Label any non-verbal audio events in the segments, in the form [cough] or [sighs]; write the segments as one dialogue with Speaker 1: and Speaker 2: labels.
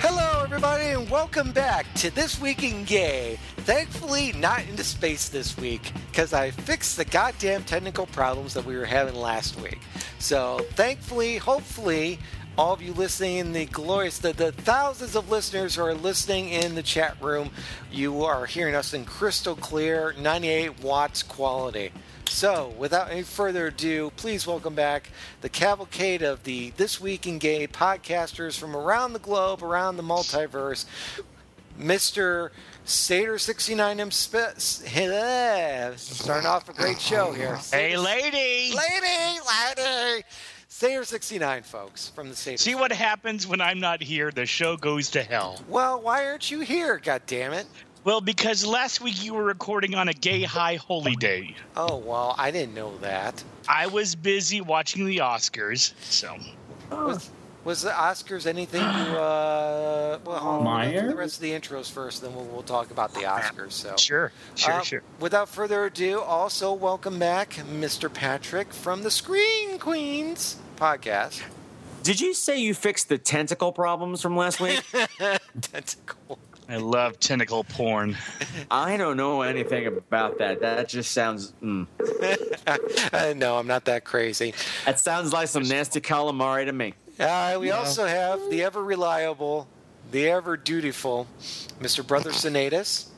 Speaker 1: Hello, everybody, and welcome back to This Week in Gay. Thankfully, not into space this week because I fixed the goddamn technical problems that we were having last week. So, thankfully, hopefully, all of you listening in the glorious, the, the thousands of listeners who are listening in the chat room, you are hearing us in crystal clear 98 watts quality. So, without any further ado, please welcome back the cavalcade of the This Week in Gay podcasters from around the globe, around the multiverse. Mr. Sator69 himself. Starting off a great show here.
Speaker 2: Hey, lady!
Speaker 1: Lady, lady! Sator69, folks, from the Sator.
Speaker 2: See what happens when I'm not here? The show goes to hell.
Speaker 1: well, why aren't you here, God damn it!
Speaker 2: Well, because last week you were recording on a gay high holy day.
Speaker 1: Oh, well, I didn't know that.
Speaker 2: I was busy watching the Oscars, so. Oh.
Speaker 1: Was, was the Oscars anything you, uh, well, hold on, we'll go through
Speaker 3: Meyer?
Speaker 1: the rest of the intros first, then we'll, we'll talk about the Oscars, so.
Speaker 2: Sure, sure,
Speaker 1: Uh,
Speaker 2: sure.
Speaker 1: Without further ado, also welcome back Mr. Patrick from the Screen Queens
Speaker 2: [laughs]
Speaker 1: podcast.
Speaker 4: Did you say you fixed the tentacle problems from
Speaker 2: [laughs]
Speaker 4: last week?
Speaker 1: That's cool.
Speaker 2: I love tentacle porn.
Speaker 4: I don't know anything about that. That just sounds. Mm.
Speaker 1: Uh, no, I'm not that crazy.
Speaker 4: That sounds like some nasty calamari to me.
Speaker 1: Uh, we also have the ever reliable, the ever dutiful Mr. Brother Sinatus.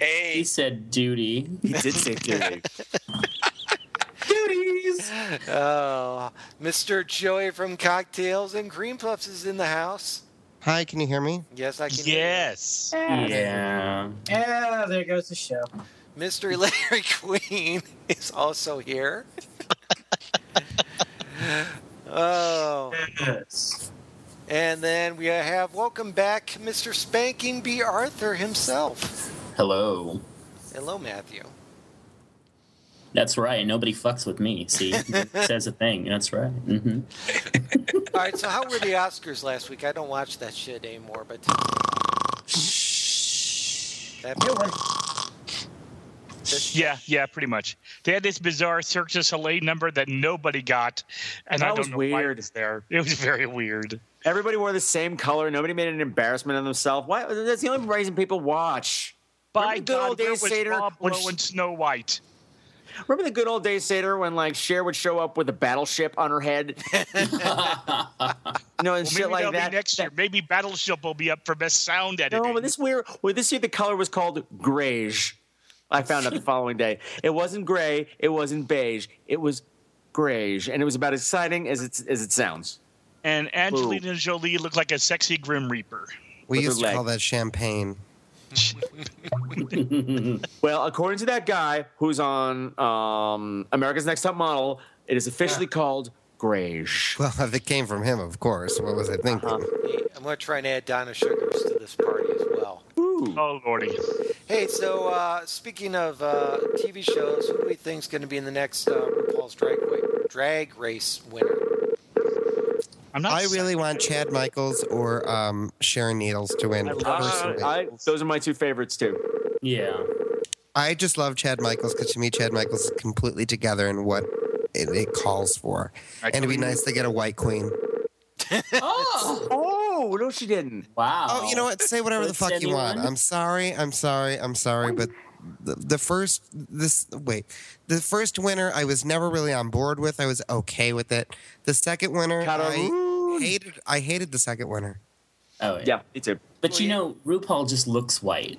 Speaker 3: He said duty.
Speaker 4: He did say
Speaker 3: [laughs]
Speaker 4: dirty.
Speaker 1: Oh, Mr. Joey from Cocktails and Cream Puffs is in the house.
Speaker 5: Hi, can you hear me?
Speaker 1: Yes, I can. hear you.
Speaker 2: Yes.
Speaker 3: Yeah.
Speaker 6: Yeah, there goes the show.
Speaker 1: Mr. [laughs] Larry Queen is also
Speaker 5: [laughs]
Speaker 1: here. oh.
Speaker 6: Yes.
Speaker 1: And then we have welcome back Mr. Spanking B. Arthur himself.
Speaker 3: Hello.
Speaker 1: Hello, Matthew.
Speaker 3: That's right. Nobody fucks with me.
Speaker 5: [laughs]
Speaker 3: See, It says a thing. That's right. hmm
Speaker 1: All right, so how were the Oscars last week? I don't watch that shit anymore, but that
Speaker 2: Yeah, yeah, pretty much. They had this bizarre Cirque du Soleil number that nobody got, and
Speaker 4: That
Speaker 2: I don't
Speaker 4: was
Speaker 2: know why
Speaker 4: weird.
Speaker 2: it was there. It was very weird.
Speaker 4: Everybody wore the same color. Nobody made an embarrassment of themselves. Why? That's the only reason people watch.
Speaker 2: By
Speaker 4: Remember the good
Speaker 2: God,
Speaker 4: old
Speaker 2: where
Speaker 4: days,
Speaker 2: was
Speaker 4: Seder,
Speaker 2: Rob
Speaker 4: when
Speaker 2: Lowe
Speaker 4: sh-
Speaker 2: and Snow White?
Speaker 4: Remember the good old days, Seder, when like Cher would show up with a battleship on her head,
Speaker 3: [laughs]
Speaker 4: you know, and
Speaker 2: Well,
Speaker 4: shit
Speaker 2: maybe
Speaker 4: like
Speaker 2: that'll
Speaker 4: that.
Speaker 2: be next year. Maybe Battleship will be up for best sound editing.
Speaker 4: No, but this weird. Well, this year the color was called greige. I found out the following day. It wasn't gray. It wasn't beige. It was greige, and it was about as exciting as it as it sounds.
Speaker 2: and Angelina Jolie looked like a sexy Grim Reaper.
Speaker 5: We
Speaker 4: With her
Speaker 5: used to
Speaker 4: leg.
Speaker 5: call that champagne. [laughs]
Speaker 4: Well, according to that guy who's on um, America's Next Top Model, it is officially called greige.
Speaker 5: Well, if it came from him, of course. What was I thinking?
Speaker 1: I'm going to try and add Donna Sugars to this party as well.
Speaker 4: Ooh.
Speaker 2: Oh lordy!
Speaker 1: Hey, so uh, speaking of uh, TV shows, who do we think's going to be in the next uh, RuPaul's Drag, Wa- drag Race winner?
Speaker 2: I'm not.
Speaker 5: I really want Chad Michaels or um, Sharon Needles to win.
Speaker 2: I love
Speaker 4: Uh,
Speaker 5: personally. I,
Speaker 4: I, those are my two favorites too.
Speaker 3: Yeah.
Speaker 5: just love Chad Michaels because to me, Chad Michaels is completely together in what it, it calls for. And it'd be nice to get a white queen.
Speaker 3: Oh.
Speaker 4: Oh no, she didn't.
Speaker 3: Wow.
Speaker 5: Oh, you know what? Say whatever the
Speaker 3: Does
Speaker 5: fuck you want.
Speaker 3: anyone?
Speaker 5: I'm sorry. I'm sorry. I'm sorry. But the, the first, this, wait, the first winner I was never really on board with. I was okay with it. The second winner, I
Speaker 4: Caroline.
Speaker 5: hated, I hated the second winner.
Speaker 3: Oh yeah.
Speaker 4: Yeah, me too.
Speaker 3: But you know, RuPaul just looks white.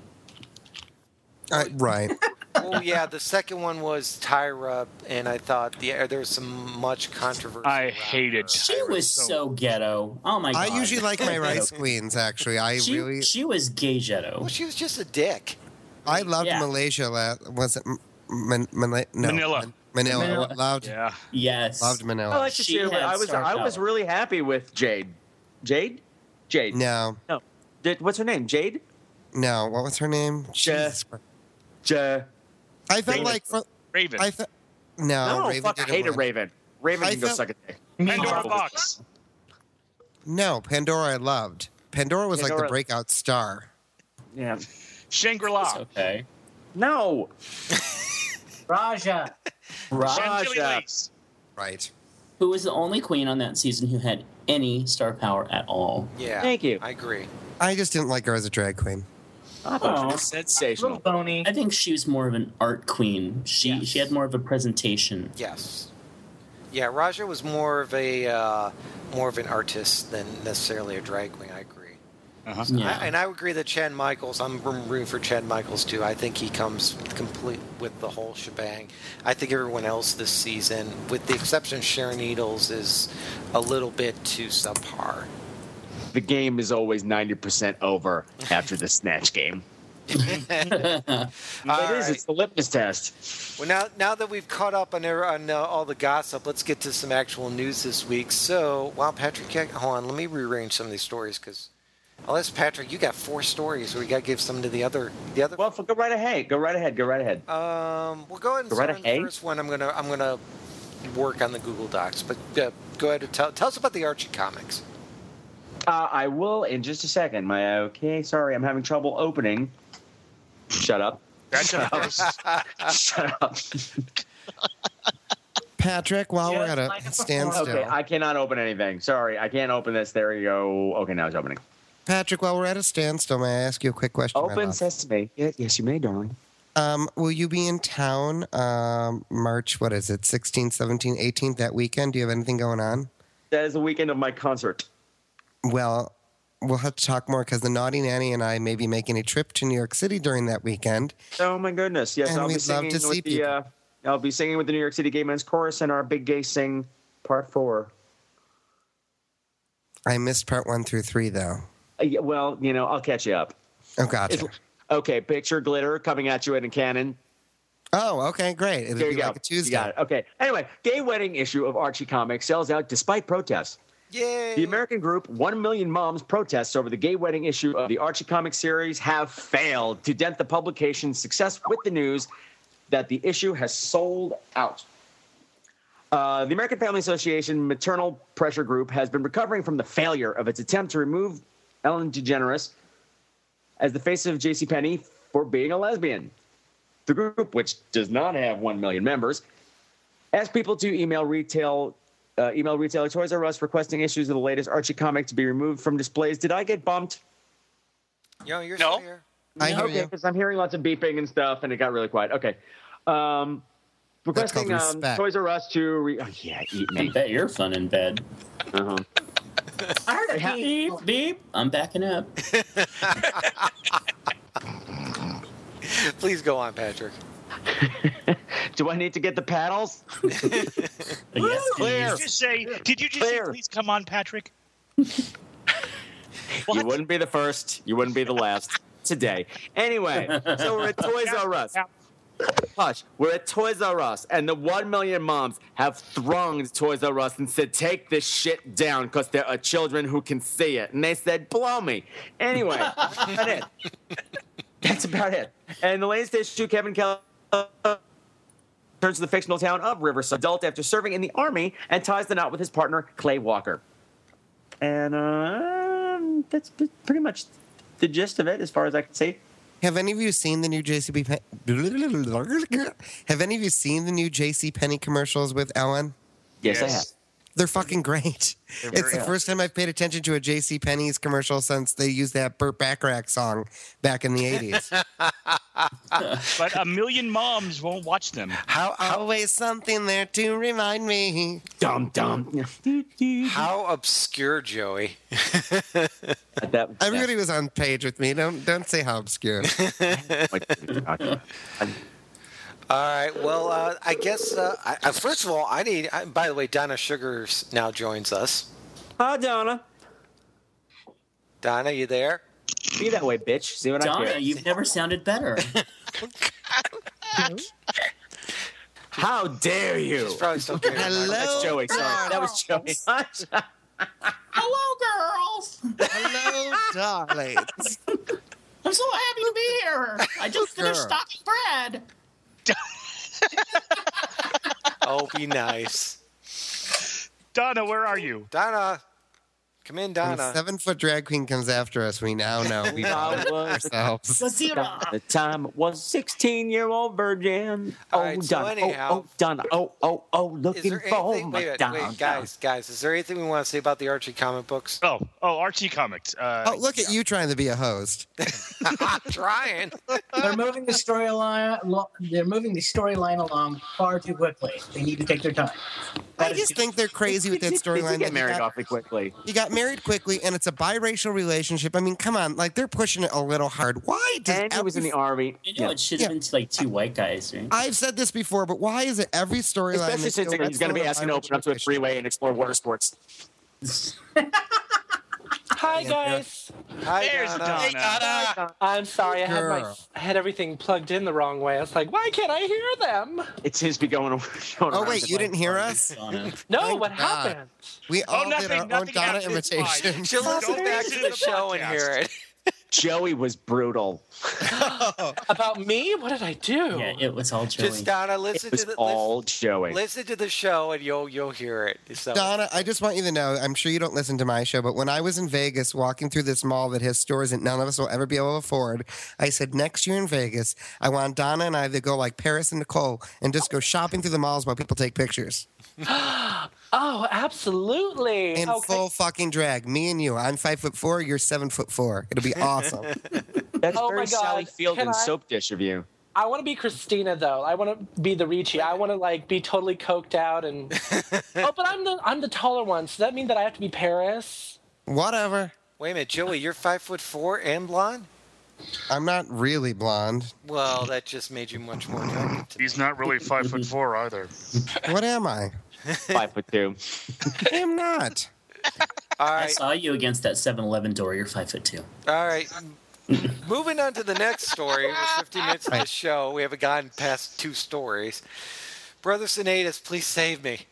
Speaker 5: Uh,
Speaker 3: [laughs]
Speaker 5: right.
Speaker 1: Oh yeah, the second one was Tyra, and I thought the, there was some much controversy.
Speaker 2: I
Speaker 1: around
Speaker 2: hate it.
Speaker 1: her.
Speaker 3: She was so, ghetto. Oh my god.
Speaker 5: I
Speaker 3: [laughs]
Speaker 5: usually like my rice queens. Actually, I
Speaker 3: She,
Speaker 5: really,
Speaker 3: she was gay
Speaker 1: Well,
Speaker 3: ghetto.
Speaker 1: she was just a dick.
Speaker 5: I loved
Speaker 3: yeah.
Speaker 5: Malaysia. La- was it M- Man- Manila? No,
Speaker 2: Manila.
Speaker 5: Man- Manila. I loved,
Speaker 2: Yeah.
Speaker 3: Yes.
Speaker 5: loved
Speaker 4: I
Speaker 5: Manila.
Speaker 4: like to
Speaker 3: She
Speaker 4: see her. but
Speaker 3: had
Speaker 4: I was
Speaker 3: star
Speaker 4: I was
Speaker 3: power.
Speaker 4: really happy with Jade. Jade, Jade.
Speaker 5: No,
Speaker 4: Did, what's her name? Jade?
Speaker 5: no. What was her name? Jesus Christ.
Speaker 4: Ja-
Speaker 5: I felt
Speaker 2: Raven.
Speaker 5: like from,
Speaker 2: Raven.
Speaker 5: I fe- no,
Speaker 4: no,
Speaker 5: Raven
Speaker 4: fuck, I
Speaker 5: didn't
Speaker 4: hate Uh, a
Speaker 5: win.
Speaker 4: Raven. Raven
Speaker 5: I
Speaker 4: can go
Speaker 5: felt-
Speaker 4: suck a dick.
Speaker 2: Pandora
Speaker 4: Marvel.
Speaker 2: box.
Speaker 5: No, Pandora I loved. Pandora was like the
Speaker 4: Pandora-
Speaker 5: breakout star.
Speaker 4: Yeah.
Speaker 2: Shangri
Speaker 3: It's
Speaker 2: La.
Speaker 3: okay.
Speaker 4: No.
Speaker 6: Raja.
Speaker 4: Raja.
Speaker 5: Right.
Speaker 3: Who was the only queen on that season who had any star power at all?
Speaker 1: Yeah.
Speaker 4: Thank you.
Speaker 1: I agree.
Speaker 5: I just didn't like her as a drag queen.
Speaker 4: I thought she
Speaker 6: Oh.
Speaker 4: was
Speaker 6: Little
Speaker 4: sensational.
Speaker 6: bony.
Speaker 3: I think she was more of an art queen. She
Speaker 1: Yes.
Speaker 3: she had more of a presentation.
Speaker 1: Yes. Yeah, Raja was more of a uh, more of an artist than necessarily a drag queen. I agree.
Speaker 2: Uh-huh.
Speaker 3: Yeah.
Speaker 1: I, and I would agree that Chan Michaels. I'm r- rooting for Chan Michaels too. I think he comes complete with the whole shebang. I think everyone else this season, with the exception of Sharon Needles, is a little bit too subpar.
Speaker 4: The game is always 90% over after the snatch game.
Speaker 1: All
Speaker 4: it is.
Speaker 1: right.
Speaker 4: It's the litmus test.
Speaker 1: Well, now now that we've caught up on, er- on uh, all the gossip, let's get to some actual news this week. So, wow, Patrick, yeah, hold on, let me rearrange some of these stories because, unless Patrick, you got four stories, so we got to give some to the other the other.
Speaker 4: Well, f- go right ahead. Go right ahead. Go right ahead.
Speaker 1: um, we'll go ahead and
Speaker 4: Loretta
Speaker 1: start on the
Speaker 4: Hay?
Speaker 1: first one. I'm gonna I'm gonna work on the Google Docs, but uh, go ahead and tell tell us about the Archie comics.
Speaker 4: Uh, I will in just a second. My okay. Sorry, I'm having trouble opening. Shut up. [laughs]
Speaker 2: That's a first.
Speaker 4: Shut up.
Speaker 5: Patrick,
Speaker 4: Oh,
Speaker 5: while we're
Speaker 6: Just
Speaker 5: at a
Speaker 6: like a
Speaker 5: standstill,
Speaker 4: Okay, I cannot open anything. Sorry, I can't open this. There you go. Okay, now it's opening.
Speaker 5: Patrick, while we're at a standstill, may I ask you a quick question? my
Speaker 4: Open
Speaker 5: love?
Speaker 4: sesame. Yes, yes, you may, darling.
Speaker 5: Um, will you be in town um, March, what is it, 16, 17, 18, that weekend? Do you have anything going on?
Speaker 4: That is the weekend of my concert.
Speaker 5: Well, we'll have to talk more because the Naughty Nanny and I may be making a trip to New York City during that weekend.
Speaker 4: Oh my goodness! Yes,
Speaker 5: And
Speaker 4: I'll be
Speaker 5: we'd love
Speaker 4: singing
Speaker 5: to see
Speaker 4: with the.
Speaker 5: people.
Speaker 4: Uh, I'll be singing with the New York City Gay Men's Chorus and our Big Gay Sing Part Four.
Speaker 5: I missed part one through three, though.
Speaker 4: Uh, yeah, well, you know, I'll catch you up.
Speaker 5: Oh, gotcha.
Speaker 4: It's- Okay, picture glitter coming at you in a cannon.
Speaker 5: Oh, okay, great. It'll
Speaker 4: There
Speaker 5: be
Speaker 4: you go.
Speaker 5: like a Tuesday.
Speaker 4: You got it. Okay. Anyway, gay wedding issue of Archie Comics sells out despite protests.
Speaker 1: Yay!
Speaker 4: The American group One Million Moms protests over the gay wedding issue of the Archie comic series have failed to dent the publication's success with the news that the issue has sold out. Uh, the American Family Association Maternal Pressure Group has been recovering from the failure of its attempt to remove Ellen DeGeneres as the face of JCPenney for being a lesbian. The group, which does not have 1 million members, asked people to email retail uh, email retailer Toys R Us requesting issues of the latest Archie comic to be removed from displays. Did I get bumped?
Speaker 1: Yo, you're
Speaker 2: No.
Speaker 1: still here.
Speaker 5: I hear
Speaker 4: okay,
Speaker 5: you.
Speaker 4: because I'm hearing lots of beeping and stuff, and it got really quiet. Okay. Um, requesting
Speaker 5: called
Speaker 4: um,
Speaker 5: respect.
Speaker 4: Toys R Us to. Re- oh, yeah, eat
Speaker 3: I
Speaker 4: me.
Speaker 3: bet you're fun in bed.
Speaker 4: Uh-huh.
Speaker 6: I heard a beep.
Speaker 3: Beep beep. I'm backing up.
Speaker 1: Please go on, Patrick.
Speaker 4: Do I need to get the paddles?
Speaker 3: But yes,
Speaker 2: Did
Speaker 4: Clear.
Speaker 2: you just say? Did you just
Speaker 4: Clear.
Speaker 2: say? Please come on, [laughs] Patrick.
Speaker 4: You wouldn't be the first. You wouldn't be the last today. Anyway, so [laughs] we're at Toys R Us. Hush, we're at Toys R Us, and the 1 million moms have thronged Toys R Us and said, Take this shit down because there are children who can see it. And they said, Blow me. Anyway, that's about it. That's about it. And the latest issue, Kevin Kelly turns to the fictional town of Riverside, adult after serving in the army, and ties the knot with his partner, Clay Walker. And um, that's p- pretty much the gist of it, as far as I can see.
Speaker 5: Have any of you seen the new JCB? Pen- [laughs] have any of you seen the new JC Penny commercials with Ellen?
Speaker 4: Yes, I have.
Speaker 2: Yes.
Speaker 5: They're fucking great. it's the
Speaker 2: very-
Speaker 5: first time I've paid attention to a JC Penney's commercial since they used that Burt Bacharach song back in the 80s.
Speaker 2: But a million moms won't watch them.
Speaker 5: [laughs] How always something there to remind me.
Speaker 4: Dum [laughs] dum.
Speaker 1: How obscure, Joey.
Speaker 4: that,
Speaker 5: Everybody was on page with me. Don't don't say how obscure.
Speaker 1: All right. Well, uh, I guess uh, I, I- first of all, I need. I, by the way, Donna Sugars now joins us.
Speaker 4: Hi, Donna.
Speaker 1: Donna, you there?
Speaker 4: Be that way, bitch. See what I
Speaker 3: Donna,
Speaker 4: care.
Speaker 3: you've never
Speaker 4: [laughs]
Speaker 3: sounded better.
Speaker 4: How dare you?
Speaker 2: Oh.
Speaker 1: She's probably still carrying her
Speaker 5: Hello?
Speaker 1: microphone.
Speaker 4: That's Joey. Sorry, that was [laughs] Joey.
Speaker 3: Hello, girls.
Speaker 5: [laughs] Hello, [laughs] darlings.
Speaker 3: I'm so happy to be here. I just
Speaker 5: finished Girl.
Speaker 3: stocking bread.
Speaker 1: Oh, be nice.
Speaker 2: Donna, where are you?
Speaker 1: Donna, come in,
Speaker 5: When
Speaker 1: Donna.
Speaker 5: a seven foot drag queen comes after us, [laughs] we now know we
Speaker 4: I
Speaker 5: know
Speaker 4: was-
Speaker 5: ourselves.
Speaker 4: The time was 16 year old virgin.
Speaker 1: All
Speaker 4: Oh,
Speaker 1: right, so
Speaker 4: Donna.
Speaker 1: anyhow-
Speaker 4: oh, oh, Donna. Oh, oh, oh,
Speaker 1: Is
Speaker 4: looking
Speaker 1: there
Speaker 4: for
Speaker 1: anything? Wait, a minute,
Speaker 4: my Donna.
Speaker 1: wait, guys, guys, is there anything we want to say about the Archie comic books?
Speaker 2: [laughs] Oh, oh, Archie Comics. Uh,
Speaker 5: Oh, look at you trying to be a host.
Speaker 1: I'm trying.
Speaker 6: They're moving the storyline. lo- They're moving the storyline along far too quickly. They need to take their time.
Speaker 5: I just think they're crazy with [laughs] that
Speaker 4: Did you
Speaker 5: storyline. that
Speaker 4: get
Speaker 5: he
Speaker 4: married
Speaker 5: got-
Speaker 4: awfully quickly.
Speaker 5: He got married quickly, and it's a biracial relationship. I mean, come on, like they're pushing it a little hard. Why does
Speaker 4: And he was in
Speaker 5: every-
Speaker 4: the army.
Speaker 3: I know
Speaker 4: Yeah.
Speaker 3: it should have been like two white guys, right?
Speaker 5: I've said this before, but why is it every storyline?
Speaker 4: Especially
Speaker 5: that's
Speaker 4: since
Speaker 5: so-
Speaker 4: he's going to be
Speaker 5: that's
Speaker 4: asking to open up to a
Speaker 5: biracial?
Speaker 4: freeway and explore water sports.
Speaker 7: Hi guys.
Speaker 1: Hi,
Speaker 2: There's
Speaker 1: Donna.
Speaker 2: Donna.
Speaker 7: I'm sorry. I had my
Speaker 5: Girl.
Speaker 7: I had everything plugged in the wrong way. I was like, why can't I hear them?
Speaker 4: It seems to [laughs] be going. going
Speaker 5: Oh
Speaker 4: around
Speaker 5: wait,
Speaker 4: the
Speaker 5: you
Speaker 4: place.
Speaker 5: didn't hear us?
Speaker 4: [laughs]
Speaker 3: Donna.
Speaker 7: No,
Speaker 5: Thank God.
Speaker 7: what happened?
Speaker 5: We
Speaker 4: Oh,
Speaker 5: all
Speaker 2: nothing-
Speaker 5: did our own
Speaker 2: nothing
Speaker 5: Donna
Speaker 2: happened. It's fine.
Speaker 5: imitation.
Speaker 1: She'll listen
Speaker 2: Don't
Speaker 1: back to
Speaker 2: listen
Speaker 1: the
Speaker 2: to the
Speaker 1: show and
Speaker 2: podcast.
Speaker 1: hear it.
Speaker 4: Joey was brutal.
Speaker 7: About me? What did I do?
Speaker 3: yeah, it was all Joey.
Speaker 1: Just Donna, listen
Speaker 4: It was
Speaker 1: to the
Speaker 4: all
Speaker 1: listen,
Speaker 4: Joey.
Speaker 1: listen to the show and you'll you'll hear it. So
Speaker 5: Donna, I just want you to know, I'm sure you don't listen to my show, but when I was in Vegas walking through this mall that has stores that none of us will ever be able to afford, I said, next year in Vegas, I want Donna and I to go like Paris and Nicole and just go shopping through the malls while people take pictures.
Speaker 7: [gasps] Oh, absolutely.
Speaker 5: In
Speaker 7: okay.
Speaker 5: full fucking drag. Me and you. I'm five foot four, you're seven foot four. It'll be awesome.
Speaker 4: That's
Speaker 7: Oh
Speaker 4: very
Speaker 7: my God.
Speaker 4: Sally Field
Speaker 7: Can
Speaker 4: and
Speaker 7: I-
Speaker 4: soap dish of
Speaker 1: [laughs]
Speaker 4: you.
Speaker 7: I want to be Christina though. I want to be the Ricci. I want to like be totally coked
Speaker 5: [laughs]
Speaker 7: out and oh, but I'm the I'm the taller one. So that means that I have to be Paris.
Speaker 5: Whatever.
Speaker 1: wait a minute, Joey, you're five foot four and blonde?
Speaker 5: I'm not really blonde.
Speaker 1: Well, that just made you much more attractive to me.
Speaker 2: He's not really five foot four either.
Speaker 5: What am I?
Speaker 4: Five foot two.
Speaker 5: I am not.
Speaker 1: All
Speaker 3: I
Speaker 1: right.
Speaker 3: saw you against that 7-Eleven door. You're five foot two.
Speaker 1: All right. Moving on to the next story. We're 15 minutes of the show. We haven't gotten past two stories. Brother Sinatus, please save me.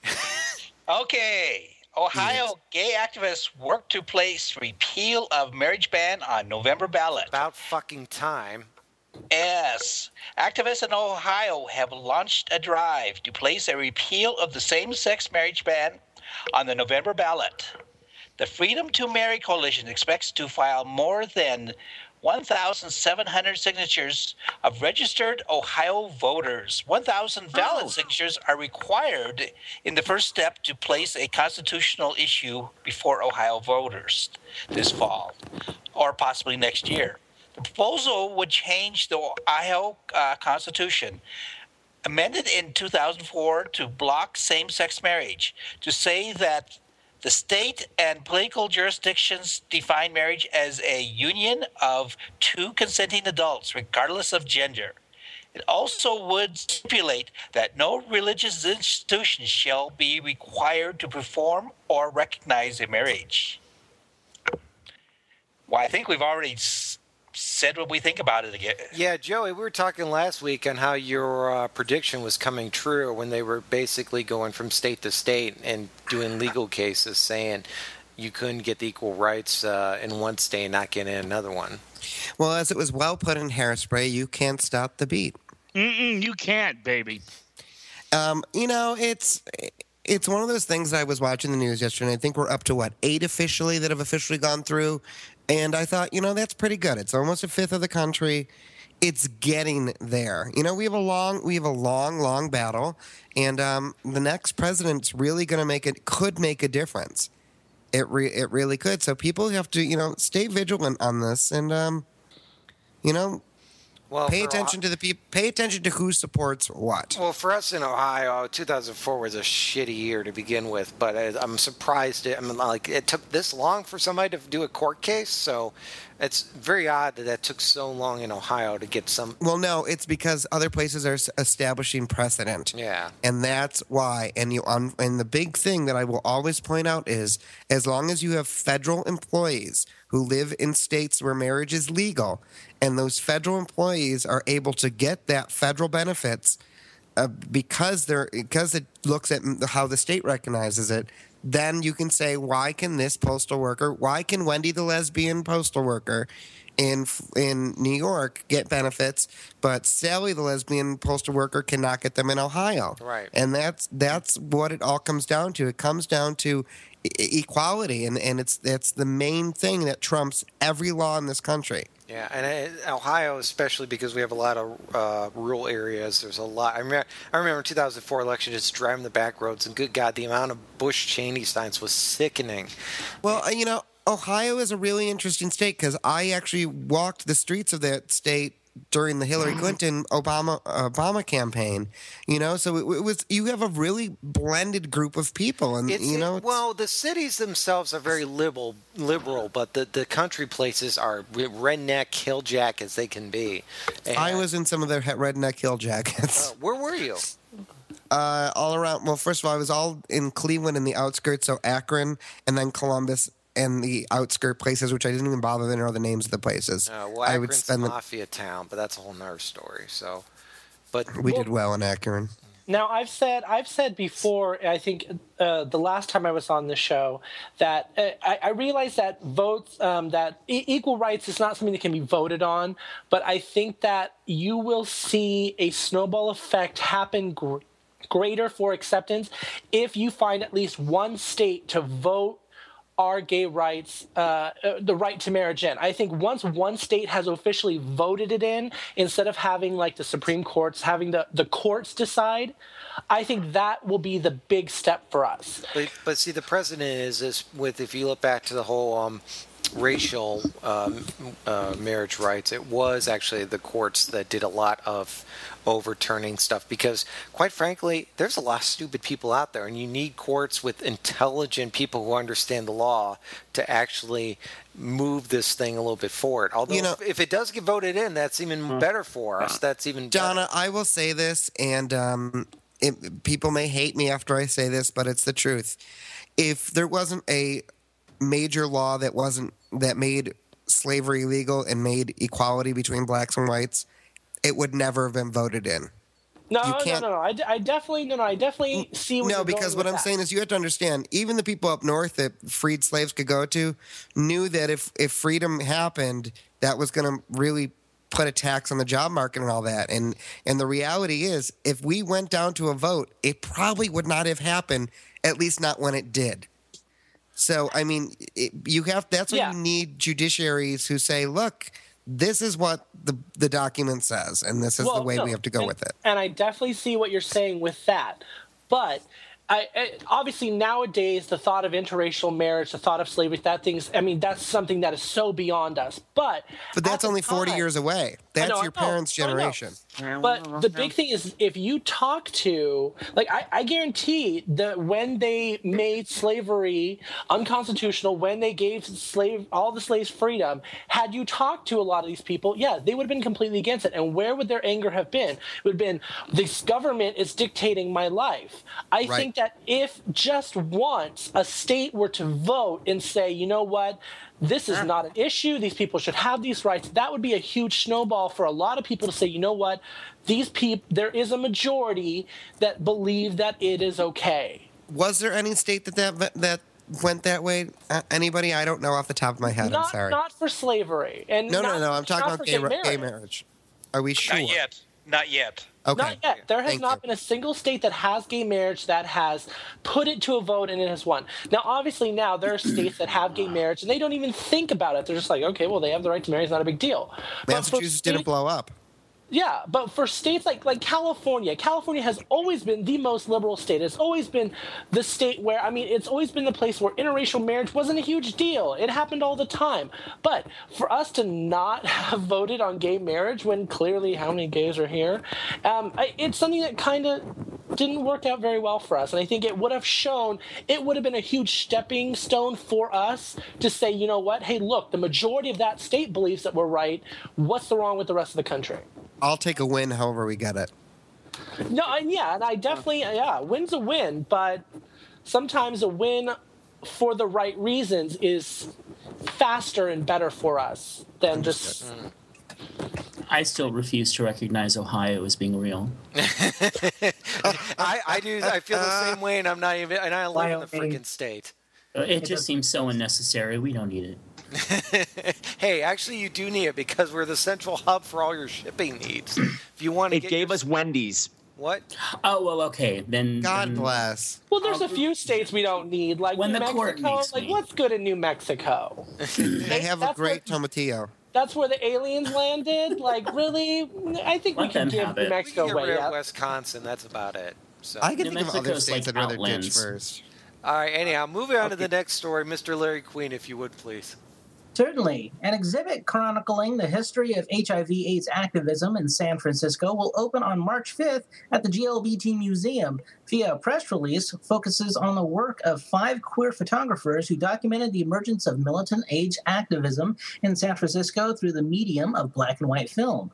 Speaker 8: Okay. Ohio gay activists work to place repeal of marriage ban on November ballot.
Speaker 1: About fucking time.
Speaker 8: Yes. Activists in Ohio have launched a drive to place a repeal of the same sex marriage ban on the November ballot. The Freedom to Marry Coalition expects to file more than 1,700 signatures of registered Ohio voters. 1,000 valid signatures are required in the first step to place a constitutional issue before Ohio voters this fall or possibly next year. The proposal would change the Ohio uh, Constitution, amended in 2004 to block same sex marriage, to say that the state and political jurisdictions define marriage as a union of two consenting adults, regardless of gender. It also would stipulate that no religious institution shall be required to perform or recognize a marriage. Well, I think we've already s- said what we think about it again.
Speaker 1: Yeah, Joey, we were talking last week on how your uh, prediction was coming true when they were basically going from state to state and doing legal cases saying you couldn't get the equal rights uh, in one state and not get in another one.
Speaker 5: Well, as it was well put in Hairspray, you can't stop the beat.
Speaker 2: Mm-mm, you can't, baby.
Speaker 5: Um, you know, it's it's one of those things that I was watching the news yesterday. And I think we're up to what eight officially that have officially gone through, and I thought, you know, that's pretty good. It's almost a fifth of the country. It's getting there. You know, we have a long, we have a long, long battle, and um, the next president's really going to make it. Could make a difference. It re- it really could. So people have to, you know, stay vigilant on this, and um, you know,
Speaker 1: Well,
Speaker 5: pay
Speaker 1: for a
Speaker 5: attention
Speaker 1: lot-
Speaker 5: to the people. Pay attention to who supports what.
Speaker 1: Well, for us in Ohio, 2004 was a shitty year to begin with, but I, I'm surprised. It, I mean, like it took this long for somebody to do a court case, so it's very odd that that took so long in Ohio to get some.
Speaker 5: Well, no, it's because other places are s- establishing precedent.
Speaker 1: Yeah.
Speaker 5: And that's why. And you on and the big thing that I will always point out is as long as you have federal employees who live in states where marriage is legal and those federal employees are able to get that federal benefits uh, because they're because it looks at m- how the state recognizes it then you can say why can this postal worker why can Wendy the lesbian postal worker in in New York get benefits, but Sally, the lesbian postal worker, cannot get them in Ohio.
Speaker 1: Right.
Speaker 5: And that's that's what it all comes down to. It comes down to e- equality, and and it's that's the main thing that trumps every law in this country.
Speaker 1: Yeah, and uh, Ohio, especially because we have a lot of uh, rural areas. There's a lot. I remember, I remember 2004 election, just driving the back roads, and good God, the amount of Bush Cheney signs was sickening.
Speaker 5: Well, uh, you know, Ohio is a really interesting state because I actually walked the streets of that state during the Hillary
Speaker 1: Mm-hmm.
Speaker 5: Clinton Obama Obama campaign. You know, so it, it was you have a really blended group of people, and
Speaker 1: It's,
Speaker 5: Mm, you know, it's-
Speaker 1: well, the cities themselves are very liberal, liberal, but the, the country places are redneck, hilljack as they can be. And,
Speaker 5: I was in some of their he- redneck hill jackets.
Speaker 1: uh, where were you?
Speaker 5: Uh, all around. Well, first of all, I was all in Cleveland and the outskirts, so Akron, and then Columbus. And the outskirt places, which I didn't even bother to know the names of the places.
Speaker 1: Uh, well,
Speaker 5: I
Speaker 1: Akron's
Speaker 5: would spend.
Speaker 1: a
Speaker 5: The,
Speaker 1: mafia town, but that's a whole nother story. So, but
Speaker 5: we did well in Akron.
Speaker 7: Now I've said I've said before. I think uh, the last time I was on the show that uh, I, I realized that votes um, that e- equal rights is not something that can be voted on, but I think that you will see a snowball effect happen. Gr- greater for acceptance if you find at least one state to vote our gay rights, uh, uh, the right to marriage in. I think once one state has officially voted it in, instead of having like the Supreme Courts, having the, the courts decide, I think that will be the big step for us.
Speaker 1: But, but see, the president is is with. If you look back to the whole um, racial um, uh, marriage rights, it was actually the courts that did a lot of overturning stuff because, quite frankly, there's a lot of stupid people out there, and you need courts with intelligent people who understand the law to actually move this thing a little bit forward. Although,
Speaker 5: You know- Hmm.
Speaker 1: if, if it does get voted in, that's even better for us. That's even better.
Speaker 5: Donna, I will say this, and um, it, people may hate me after I say this, but it's the truth. If there wasn't a major law that wasn't that made slavery illegal and made equality between blacks and whites, it would never have been voted in.
Speaker 7: No,
Speaker 5: You
Speaker 7: no, no,
Speaker 5: can't-
Speaker 7: no, I, d- I definitely, no, no, I definitely see.
Speaker 5: no,
Speaker 7: Where you're going
Speaker 5: because
Speaker 7: with
Speaker 5: what I'm
Speaker 7: that.
Speaker 5: saying is you have to understand, even the people up north that freed slaves could go to knew that if, if freedom happened, that was going to really put a tax on the job market and all that. And, and the reality is, if we went down to a vote, it probably would not have happened, at least not when it did. So, I mean, it, you have that's what
Speaker 7: Yeah.
Speaker 5: you need judiciaries who say, look, this is what the, the document says, and this is the
Speaker 7: Well,
Speaker 5: way
Speaker 7: no,
Speaker 5: we have to go
Speaker 7: and-
Speaker 5: with it.
Speaker 7: And I definitely see what you're saying with that, but. I, I, obviously, nowadays, the thought of interracial marriage, the thought of slavery, that things, I mean, that's something that is so beyond us. But
Speaker 5: But
Speaker 7: at
Speaker 5: that's
Speaker 7: the
Speaker 5: only 40
Speaker 7: time-
Speaker 5: years away. That's
Speaker 7: know, I
Speaker 5: your
Speaker 7: know,
Speaker 5: parents'
Speaker 7: I know.
Speaker 5: generation.
Speaker 7: But the big thing is, if you talk to, like, I, I guarantee that when they made slavery unconstitutional, when they gave slave all the slaves freedom, had you talked to a lot of these people, yeah, they would have been completely against it. And where would their anger have been? It would have been this government is dictating my life. I
Speaker 5: Right.
Speaker 7: think that if just once a state were to vote and say, you know what, this is not an issue, these people should have these rights, that would be a huge snowball for a lot of people to say, you know what, these people, there is a majority that believe that it is okay.
Speaker 5: Was there any state that that, that went that way? Uh, anybody? I don't know off the top of my head. I'm
Speaker 7: Not,
Speaker 5: sorry.
Speaker 7: not for slavery. And
Speaker 5: no,
Speaker 7: not-
Speaker 5: no, no. I'm talking
Speaker 7: not
Speaker 5: about
Speaker 7: for
Speaker 5: gay, ra- gay marriage. Are we sure?
Speaker 8: Not yet. Not yet.
Speaker 5: Okay.
Speaker 7: Not yet. There has
Speaker 5: Thank
Speaker 7: not
Speaker 5: you.
Speaker 7: been a single state that has gay marriage that has put it to a vote and it has won. Now, obviously, now there are states that have gay marriage and they don't even think about it. They're just like, okay, well, they have the right to marry; it's not a big deal. But for
Speaker 5: Massachusetts
Speaker 7: states-
Speaker 5: didn't blow up.
Speaker 7: yeah, but for states like like California, California has always been the most liberal state. It's always been the state where I mean, it's always been the place where interracial marriage wasn't a huge deal. It happened all the time. But for us to not [laughs] have voted on gay marriage when clearly how many gays are here, um, I, it's something that kind of didn't work out very well for us. And I think it would have shown it would have been a huge stepping stone for us to say, you know what, hey, look, the majority of that state believes that we're right. What's the wrong with the rest of the country?
Speaker 5: I'll take a win, however we get it.
Speaker 7: No, and yeah, and I definitely yeah, win's a win, but sometimes a win for the right reasons is faster and better for us than just
Speaker 3: I still refuse to recognize Ohio as being real.
Speaker 1: [laughs] I, I do. I feel the same way, and I'm not even. And I live in the
Speaker 6: Wyoming.
Speaker 1: freaking state. [laughs]
Speaker 3: Uh, It just seems so unnecessary. We don't need it.
Speaker 1: hey, actually, you do need it because we're the central hub for all your shipping needs. If you want to
Speaker 4: It
Speaker 1: get
Speaker 4: gave
Speaker 1: your-
Speaker 4: us Wendy's.
Speaker 1: what?
Speaker 3: Oh well, okay then.
Speaker 5: God
Speaker 3: then-
Speaker 5: bless.
Speaker 7: Well, there's
Speaker 8: Um,
Speaker 7: a few states we don't need, like
Speaker 3: When
Speaker 7: New
Speaker 3: the court
Speaker 7: Mexico.
Speaker 3: makes
Speaker 7: like,
Speaker 3: me.
Speaker 7: what's good in New Mexico?
Speaker 5: They have a
Speaker 7: that's
Speaker 5: great
Speaker 7: what-
Speaker 5: tomatillo.
Speaker 7: That's where the aliens landed. Like, really? I think
Speaker 3: Let
Speaker 7: we
Speaker 3: them
Speaker 7: can give
Speaker 3: have
Speaker 7: New
Speaker 3: it.
Speaker 1: We can
Speaker 7: Mexico
Speaker 1: get
Speaker 7: way
Speaker 1: rid of
Speaker 7: up.
Speaker 1: Wisconsin. That's about it. So,
Speaker 5: I can
Speaker 3: New
Speaker 5: think of other
Speaker 3: Mexico's
Speaker 5: states
Speaker 3: like
Speaker 5: I'd rather ditch
Speaker 3: outlands.
Speaker 5: first.
Speaker 1: all right, anyhow, moving on to the next story, Mr. Larry Queen, if you would please.
Speaker 8: Certainly. An exhibit chronicling the history of HIV AIDS activism in San Francisco will open on March 5th at the GLBT Museum. Via a press release, focuses on the work of five queer photographers who documented the emergence of militant AIDS activism in San Francisco through the medium of black and white film.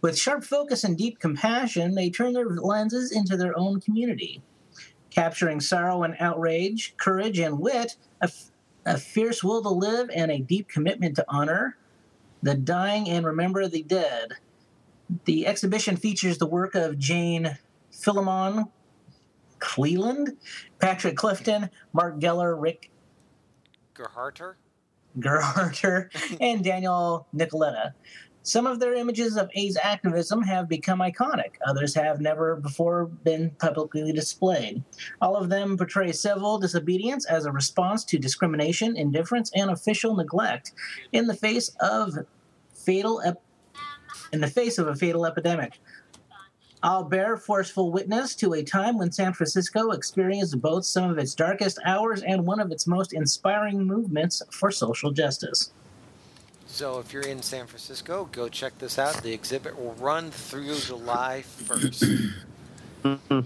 Speaker 8: With sharp focus and deep compassion, they turn their lenses into their own community. Capturing sorrow and outrage, courage and wit, a f- a fierce will to live and a deep commitment to honor the dying and remember the dead. The exhibition features the work of Jane Philemon Cleland, Patrick Clifton, Mark Geller, Rick
Speaker 1: Gerharter?
Speaker 8: Gerharter, and Daniel Nicoletta. Some of their images of AIDS activism have become iconic. Others have never before been publicly displayed. All of them portray civil disobedience as a response to discrimination, indifference, and official neglect in the face of fatal ep- in the face of a fatal epidemic. I'll bear forceful witness to a time when San Francisco experienced both some of its darkest hours and one of its most inspiring movements for social justice.
Speaker 1: So, if you're in San Francisco, go check this out. The exhibit will run through July
Speaker 4: [coughs]
Speaker 1: 1st.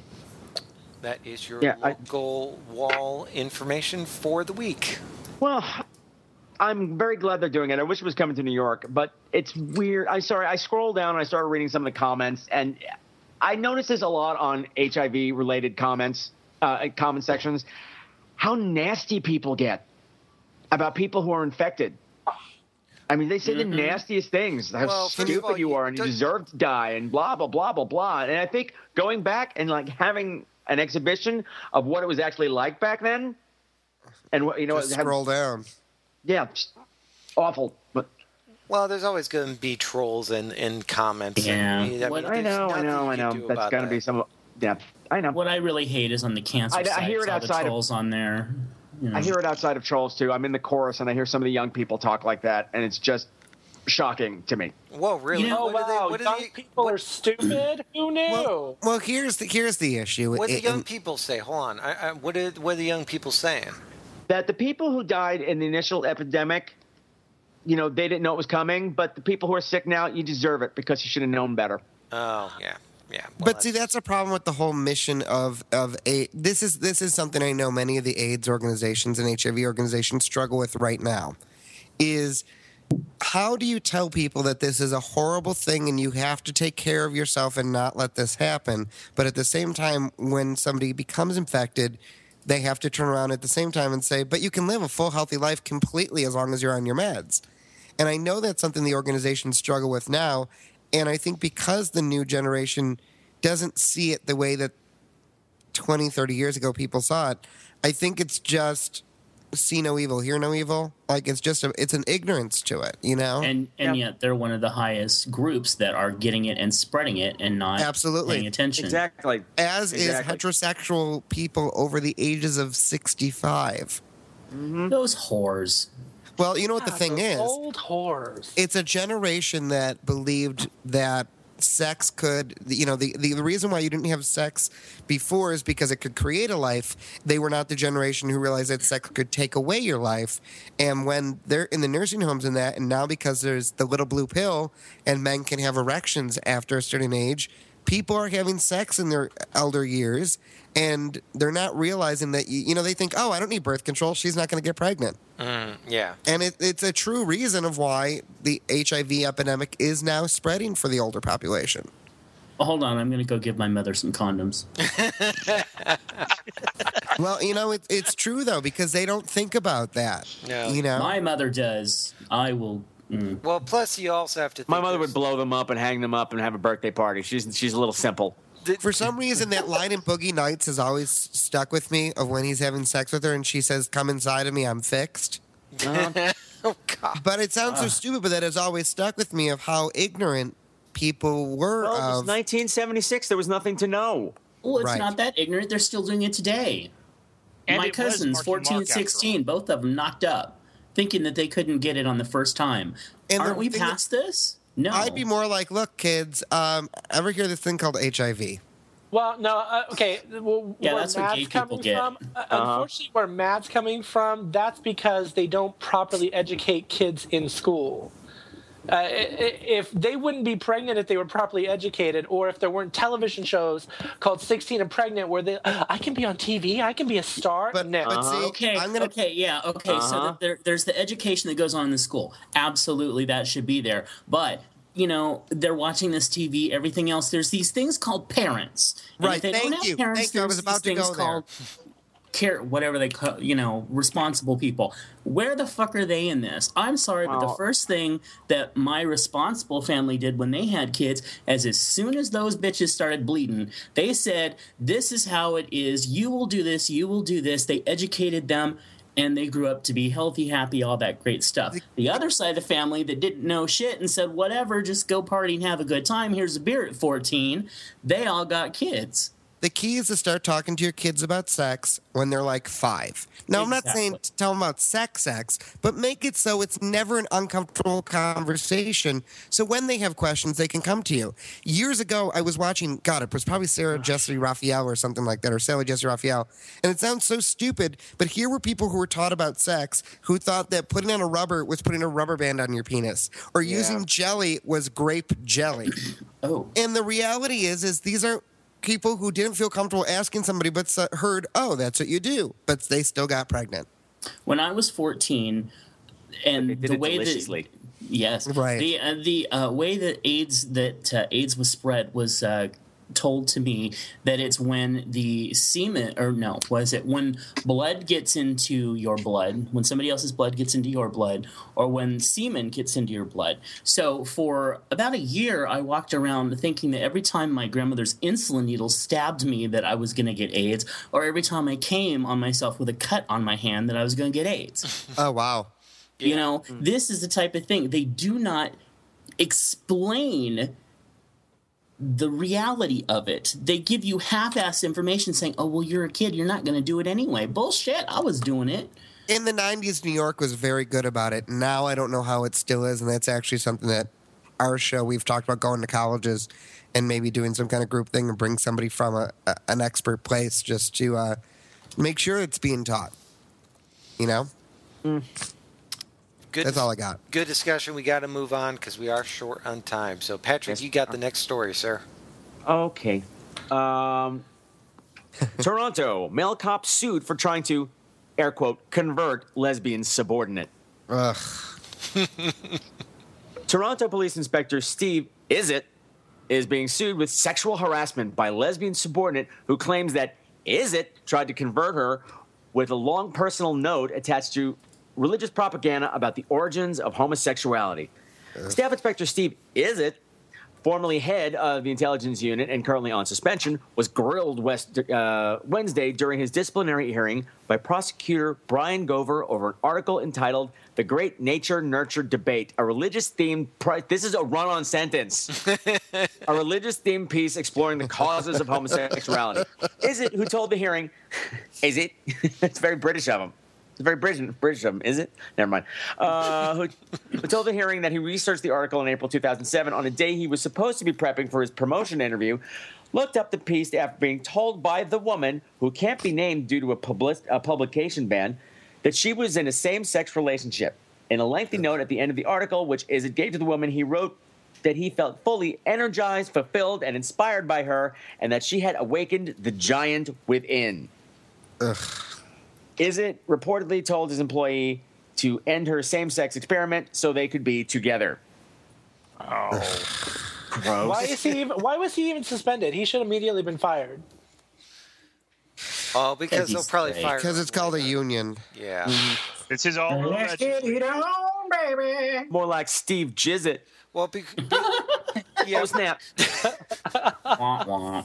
Speaker 1: That is your
Speaker 4: Yeah, I-
Speaker 1: local wall information for the week.
Speaker 4: Well, I'm very glad they're doing it. I wish it was coming to New York, but it's weird. I sorry, I scrolled down and I started reading some of the comments, and I noticed this a lot on HIV related comments, uh, comment sections. How nasty people get about people who are infected. I mean, they say the nastiest things. How
Speaker 1: Mm-hmm. Well, first of
Speaker 4: stupid
Speaker 1: all,
Speaker 4: you
Speaker 1: you
Speaker 4: are, and you
Speaker 1: don't-
Speaker 4: deserve to die, and blah blah blah blah blah. And I think going back and like having an exhibition of what it was actually like back then, and what you know,
Speaker 5: Just
Speaker 4: have-
Speaker 5: scroll down.
Speaker 4: yeah, just awful. But
Speaker 1: Well, there's always going to be trolls and, and comments.
Speaker 3: Yeah.
Speaker 1: And, I, mean,
Speaker 4: I
Speaker 1: there's
Speaker 4: know, I
Speaker 1: nothing
Speaker 4: know, I
Speaker 1: you can
Speaker 4: know.
Speaker 1: do
Speaker 4: That's
Speaker 1: about
Speaker 4: gonna
Speaker 1: that.
Speaker 4: be some. Yeah, I know.
Speaker 3: What I really hate is on the cancer
Speaker 4: I- I
Speaker 3: sites.
Speaker 4: hear it
Speaker 3: all
Speaker 4: outside
Speaker 3: the
Speaker 4: of-
Speaker 3: trolls on there. you know.
Speaker 4: I hear it outside of trolls too. I'm in the chorus, and I hear some of the young people talk like that, and it's just shocking to me.
Speaker 1: Whoa, really?
Speaker 3: You know,
Speaker 7: Oh
Speaker 1: what
Speaker 7: wow,
Speaker 1: do they, what
Speaker 7: young
Speaker 1: do they,
Speaker 7: people
Speaker 1: what-
Speaker 7: are stupid. Who knew?
Speaker 5: Well, well, here's the here's the issue.
Speaker 1: what do the
Speaker 5: It-
Speaker 1: young people say? Hold on. I, I, what, are, what are the young people saying?
Speaker 4: That the people who died in the initial epidemic, you know, they didn't know it was coming, but the people who are sick now, you deserve it because you should have known better.
Speaker 1: Oh, yeah. Yeah. Well,
Speaker 5: But see, that's a problem with the whole mission of of a. This is this is something I know many of the AIDS organizations and HIV organizations struggle with right now. Is how do you tell people that this is a horrible thing and you have to take care of yourself and not let this happen? But at the same time, when somebody becomes infected, they have to turn around at the same time and say, "But you can live a full, healthy life completely as long as you're on your meds." And I know that's something the organizations struggle with now. And I think because the new generation doesn't see it the way that 20, 30 years ago people saw it, I think it's just see no evil, hear no evil. Like it's just a, it's an ignorance to it, you know?
Speaker 3: and and yet they're one of the highest groups that are getting it and spreading it and not
Speaker 5: Absolutely.
Speaker 3: paying attention.
Speaker 4: Exactly.
Speaker 5: As
Speaker 4: Exactly.
Speaker 5: is heterosexual people over the ages of 65. mm-hmm.
Speaker 3: Those whores.
Speaker 5: Well, you know what the thing
Speaker 7: Those
Speaker 5: is?
Speaker 7: old whores.
Speaker 5: it's a generation that believed that sex could you know the, the, the reason why you didn't have sex before is because it could create a life they were not the generation who realized that sex could take away your life and when they're in the nursing homes and that and now because there's the little blue pill and men can have erections after a certain age people are having sex in their elder years and they're not realizing that you, you know they think oh i don't need birth control she's not going to get pregnant
Speaker 1: mm, yeah.
Speaker 5: and it, it's a true reason of why the HIV epidemic is now spreading for the older population.
Speaker 3: Oh, hold on, I'm going to go give my mother some condoms.
Speaker 5: Well, you know, it, it's true though because they don't think about that.
Speaker 1: No.
Speaker 5: You know,
Speaker 3: My mother does. I will. mm.
Speaker 1: Well, plus you also have to. Think
Speaker 4: My mother would
Speaker 1: there's-
Speaker 4: blow them up and hang them up and have a birthday party. She's she's a little simple.
Speaker 1: [laughs]
Speaker 5: for some reason that line in Boogie Nights has always stuck with me of when he's having sex with her and she says, "Come inside of me, I'm fixed."
Speaker 1: oh God.
Speaker 5: But it sounds so stupid, but that has always stuck with me of how ignorant people were
Speaker 4: Well, it was
Speaker 5: of.
Speaker 4: 1976. There was nothing to know.
Speaker 3: Well, it's
Speaker 5: Right.
Speaker 3: not that ignorant. They're still doing it today.
Speaker 2: And
Speaker 3: My
Speaker 2: it was
Speaker 3: cousins,
Speaker 2: Marky
Speaker 3: 14
Speaker 2: Mark
Speaker 3: and
Speaker 2: after all.
Speaker 3: 16, both of them knocked up, thinking that they couldn't get it on the first time.
Speaker 5: And the
Speaker 3: Aren't we
Speaker 5: thing that-
Speaker 3: past this? No.
Speaker 5: I'd be more like, look, kids, um, ever hear this thing called HIV?
Speaker 7: Well, no, uh, okay. Well,
Speaker 3: Yeah,
Speaker 7: where
Speaker 3: that's what
Speaker 7: Matt's
Speaker 3: gay people
Speaker 7: coming
Speaker 3: get.
Speaker 7: from, uh, unfortunately, where Matt's coming from, that's because they don't properly educate kids in school. Uh, i- i- if they wouldn't be pregnant if they were properly educated, or if there weren't television shows called 16 and Pregnant where they, I can be on TV, I can be a star.
Speaker 5: But,
Speaker 7: no.
Speaker 5: but see,
Speaker 3: Okay.
Speaker 5: I'm gonna
Speaker 3: okay. Yeah. Okay. So
Speaker 4: Uh-huh.
Speaker 3: that there, there's the education that goes on in the school. Absolutely, that should be there. But you know, they're watching this TV. Everything else, there's these things called parents. And
Speaker 5: Right,
Speaker 3: if they don't
Speaker 5: thank
Speaker 3: have
Speaker 5: you, thank you, I
Speaker 3: there's
Speaker 5: was
Speaker 3: these
Speaker 5: about to go
Speaker 3: things
Speaker 5: there.
Speaker 3: called Care, whatever they call, you know, responsible people. Where the fuck are they in this? I'm sorry, but the
Speaker 4: Well-
Speaker 3: first thing that my responsible family did when they had kids is as soon as those bitches started bleeding, they said, This is how it is. You will do this. You will do this. They educated them and they grew up to be healthy, happy, all that great stuff. The other side of the family that didn't know shit and said, Whatever, just go party and have a good time. Here's a beer at 14. They all got kids.
Speaker 5: the key is to start talking to your kids about sex when they're like five. Now, I'm not
Speaker 3: Exactly.
Speaker 5: saying to tell them about sex, sex, but make it so it's never an uncomfortable conversation. So when they have questions, they can come to you. Years ago, I was watching, God, it was probably Sarah Jesse Raphael or something like that, or Sarah Jesse Raphael. And it sounds so stupid, but here were people who were taught about sex who thought that putting on a rubber was putting a rubber band on your penis, or using jelly was grape jelly.
Speaker 3: Oh.
Speaker 5: And the reality is, is these are people who didn't feel comfortable asking somebody, but s- heard, "Oh, that's what you do," but they still got pregnant.
Speaker 3: when I was 14, and
Speaker 4: They did
Speaker 3: the
Speaker 4: it
Speaker 3: way
Speaker 4: deliciously.
Speaker 3: that yes,
Speaker 5: Right.
Speaker 3: the uh, the uh, way that AIDS that uh, AIDS was spread was uh, told to me that it's when the semen or no was it when blood gets into your blood when somebody else's blood gets into your blood or when semen gets into your blood so for about a year i walked around thinking that every time my grandmother's insulin needle stabbed me that i was going to get aids or every time i came on myself with a cut on my hand that i was going to get aids
Speaker 5: [laughs] Oh, wow.
Speaker 3: you know,
Speaker 4: Mm.
Speaker 3: this is the type of thing they do not explain the reality of it. They give you half-ass information saying, "Oh, well, you're a kid, you're not going to do it anyway." Bullshit. I was doing it.
Speaker 4: [laughs]
Speaker 5: In the '90s, New York was very good about it. Now I don't know how it still is, and that's actually something that our show we've talked about going to colleges and maybe doing some kind of group thing and bring somebody from a, a, an expert place just to uh, make sure it's being taught. You know,
Speaker 1: Good,
Speaker 5: that's all I got.
Speaker 1: Good discussion. We got to move on because we are short on time. So, Patrick,
Speaker 4: Yes,
Speaker 1: you
Speaker 4: we
Speaker 1: got
Speaker 4: are.
Speaker 1: the next story, sir.
Speaker 4: Okay. Um, Toronto male cop sued for trying to, air quote, convert lesbian subordinate.
Speaker 5: Ugh.
Speaker 4: Toronto Police Inspector Steve Izzett is being sued with sexual harassment by lesbian subordinate who claims that Izzett tried to convert her with a long personal note attached to religious propaganda about the origins of homosexuality. Staff Inspector Steve Izzett, formerly head of the intelligence unit and currently on suspension, was grilled West, uh, Wednesday during his disciplinary hearing by prosecutor Brian Gover over an article entitled "The Great Nature Nurture Debate: A Religious Themed." Pri- this is a run-on sentence. a religious themed piece exploring the causes of homosexuality. Is it who told the hearing? Is it? [laughs] it's very British of him. It's very British, British of him, is it? Never mind. Uh, [laughs] who, who told the hearing that he researched the article in April 2007 on a day he was supposed to be prepping for his promotion interview, looked up the piece after being told by the woman, who can't be named due to a, public, a publication ban, that she was in a same sex relationship. In a lengthy note at the end of the article, which is it gave to the woman, he wrote that he felt fully energized, fulfilled, and inspired by her, and that she had awakened the giant within. Is it reportedly told his employee to end her same sex experiment so they could be together?
Speaker 2: Oh,
Speaker 7: why, is he even, why was he even suspended? He should have immediately been fired.
Speaker 1: Oh, because they'll
Speaker 3: he's
Speaker 1: probably
Speaker 3: straight.
Speaker 1: fire.
Speaker 5: Because
Speaker 1: him
Speaker 5: it's called a
Speaker 1: later.
Speaker 5: union.
Speaker 1: Yeah.
Speaker 2: this is all.
Speaker 6: Let's get it on, baby.
Speaker 4: More like Steve Jizzit.
Speaker 1: Well, be, be- yeah.
Speaker 4: Oh, snap.
Speaker 3: Wah, wah.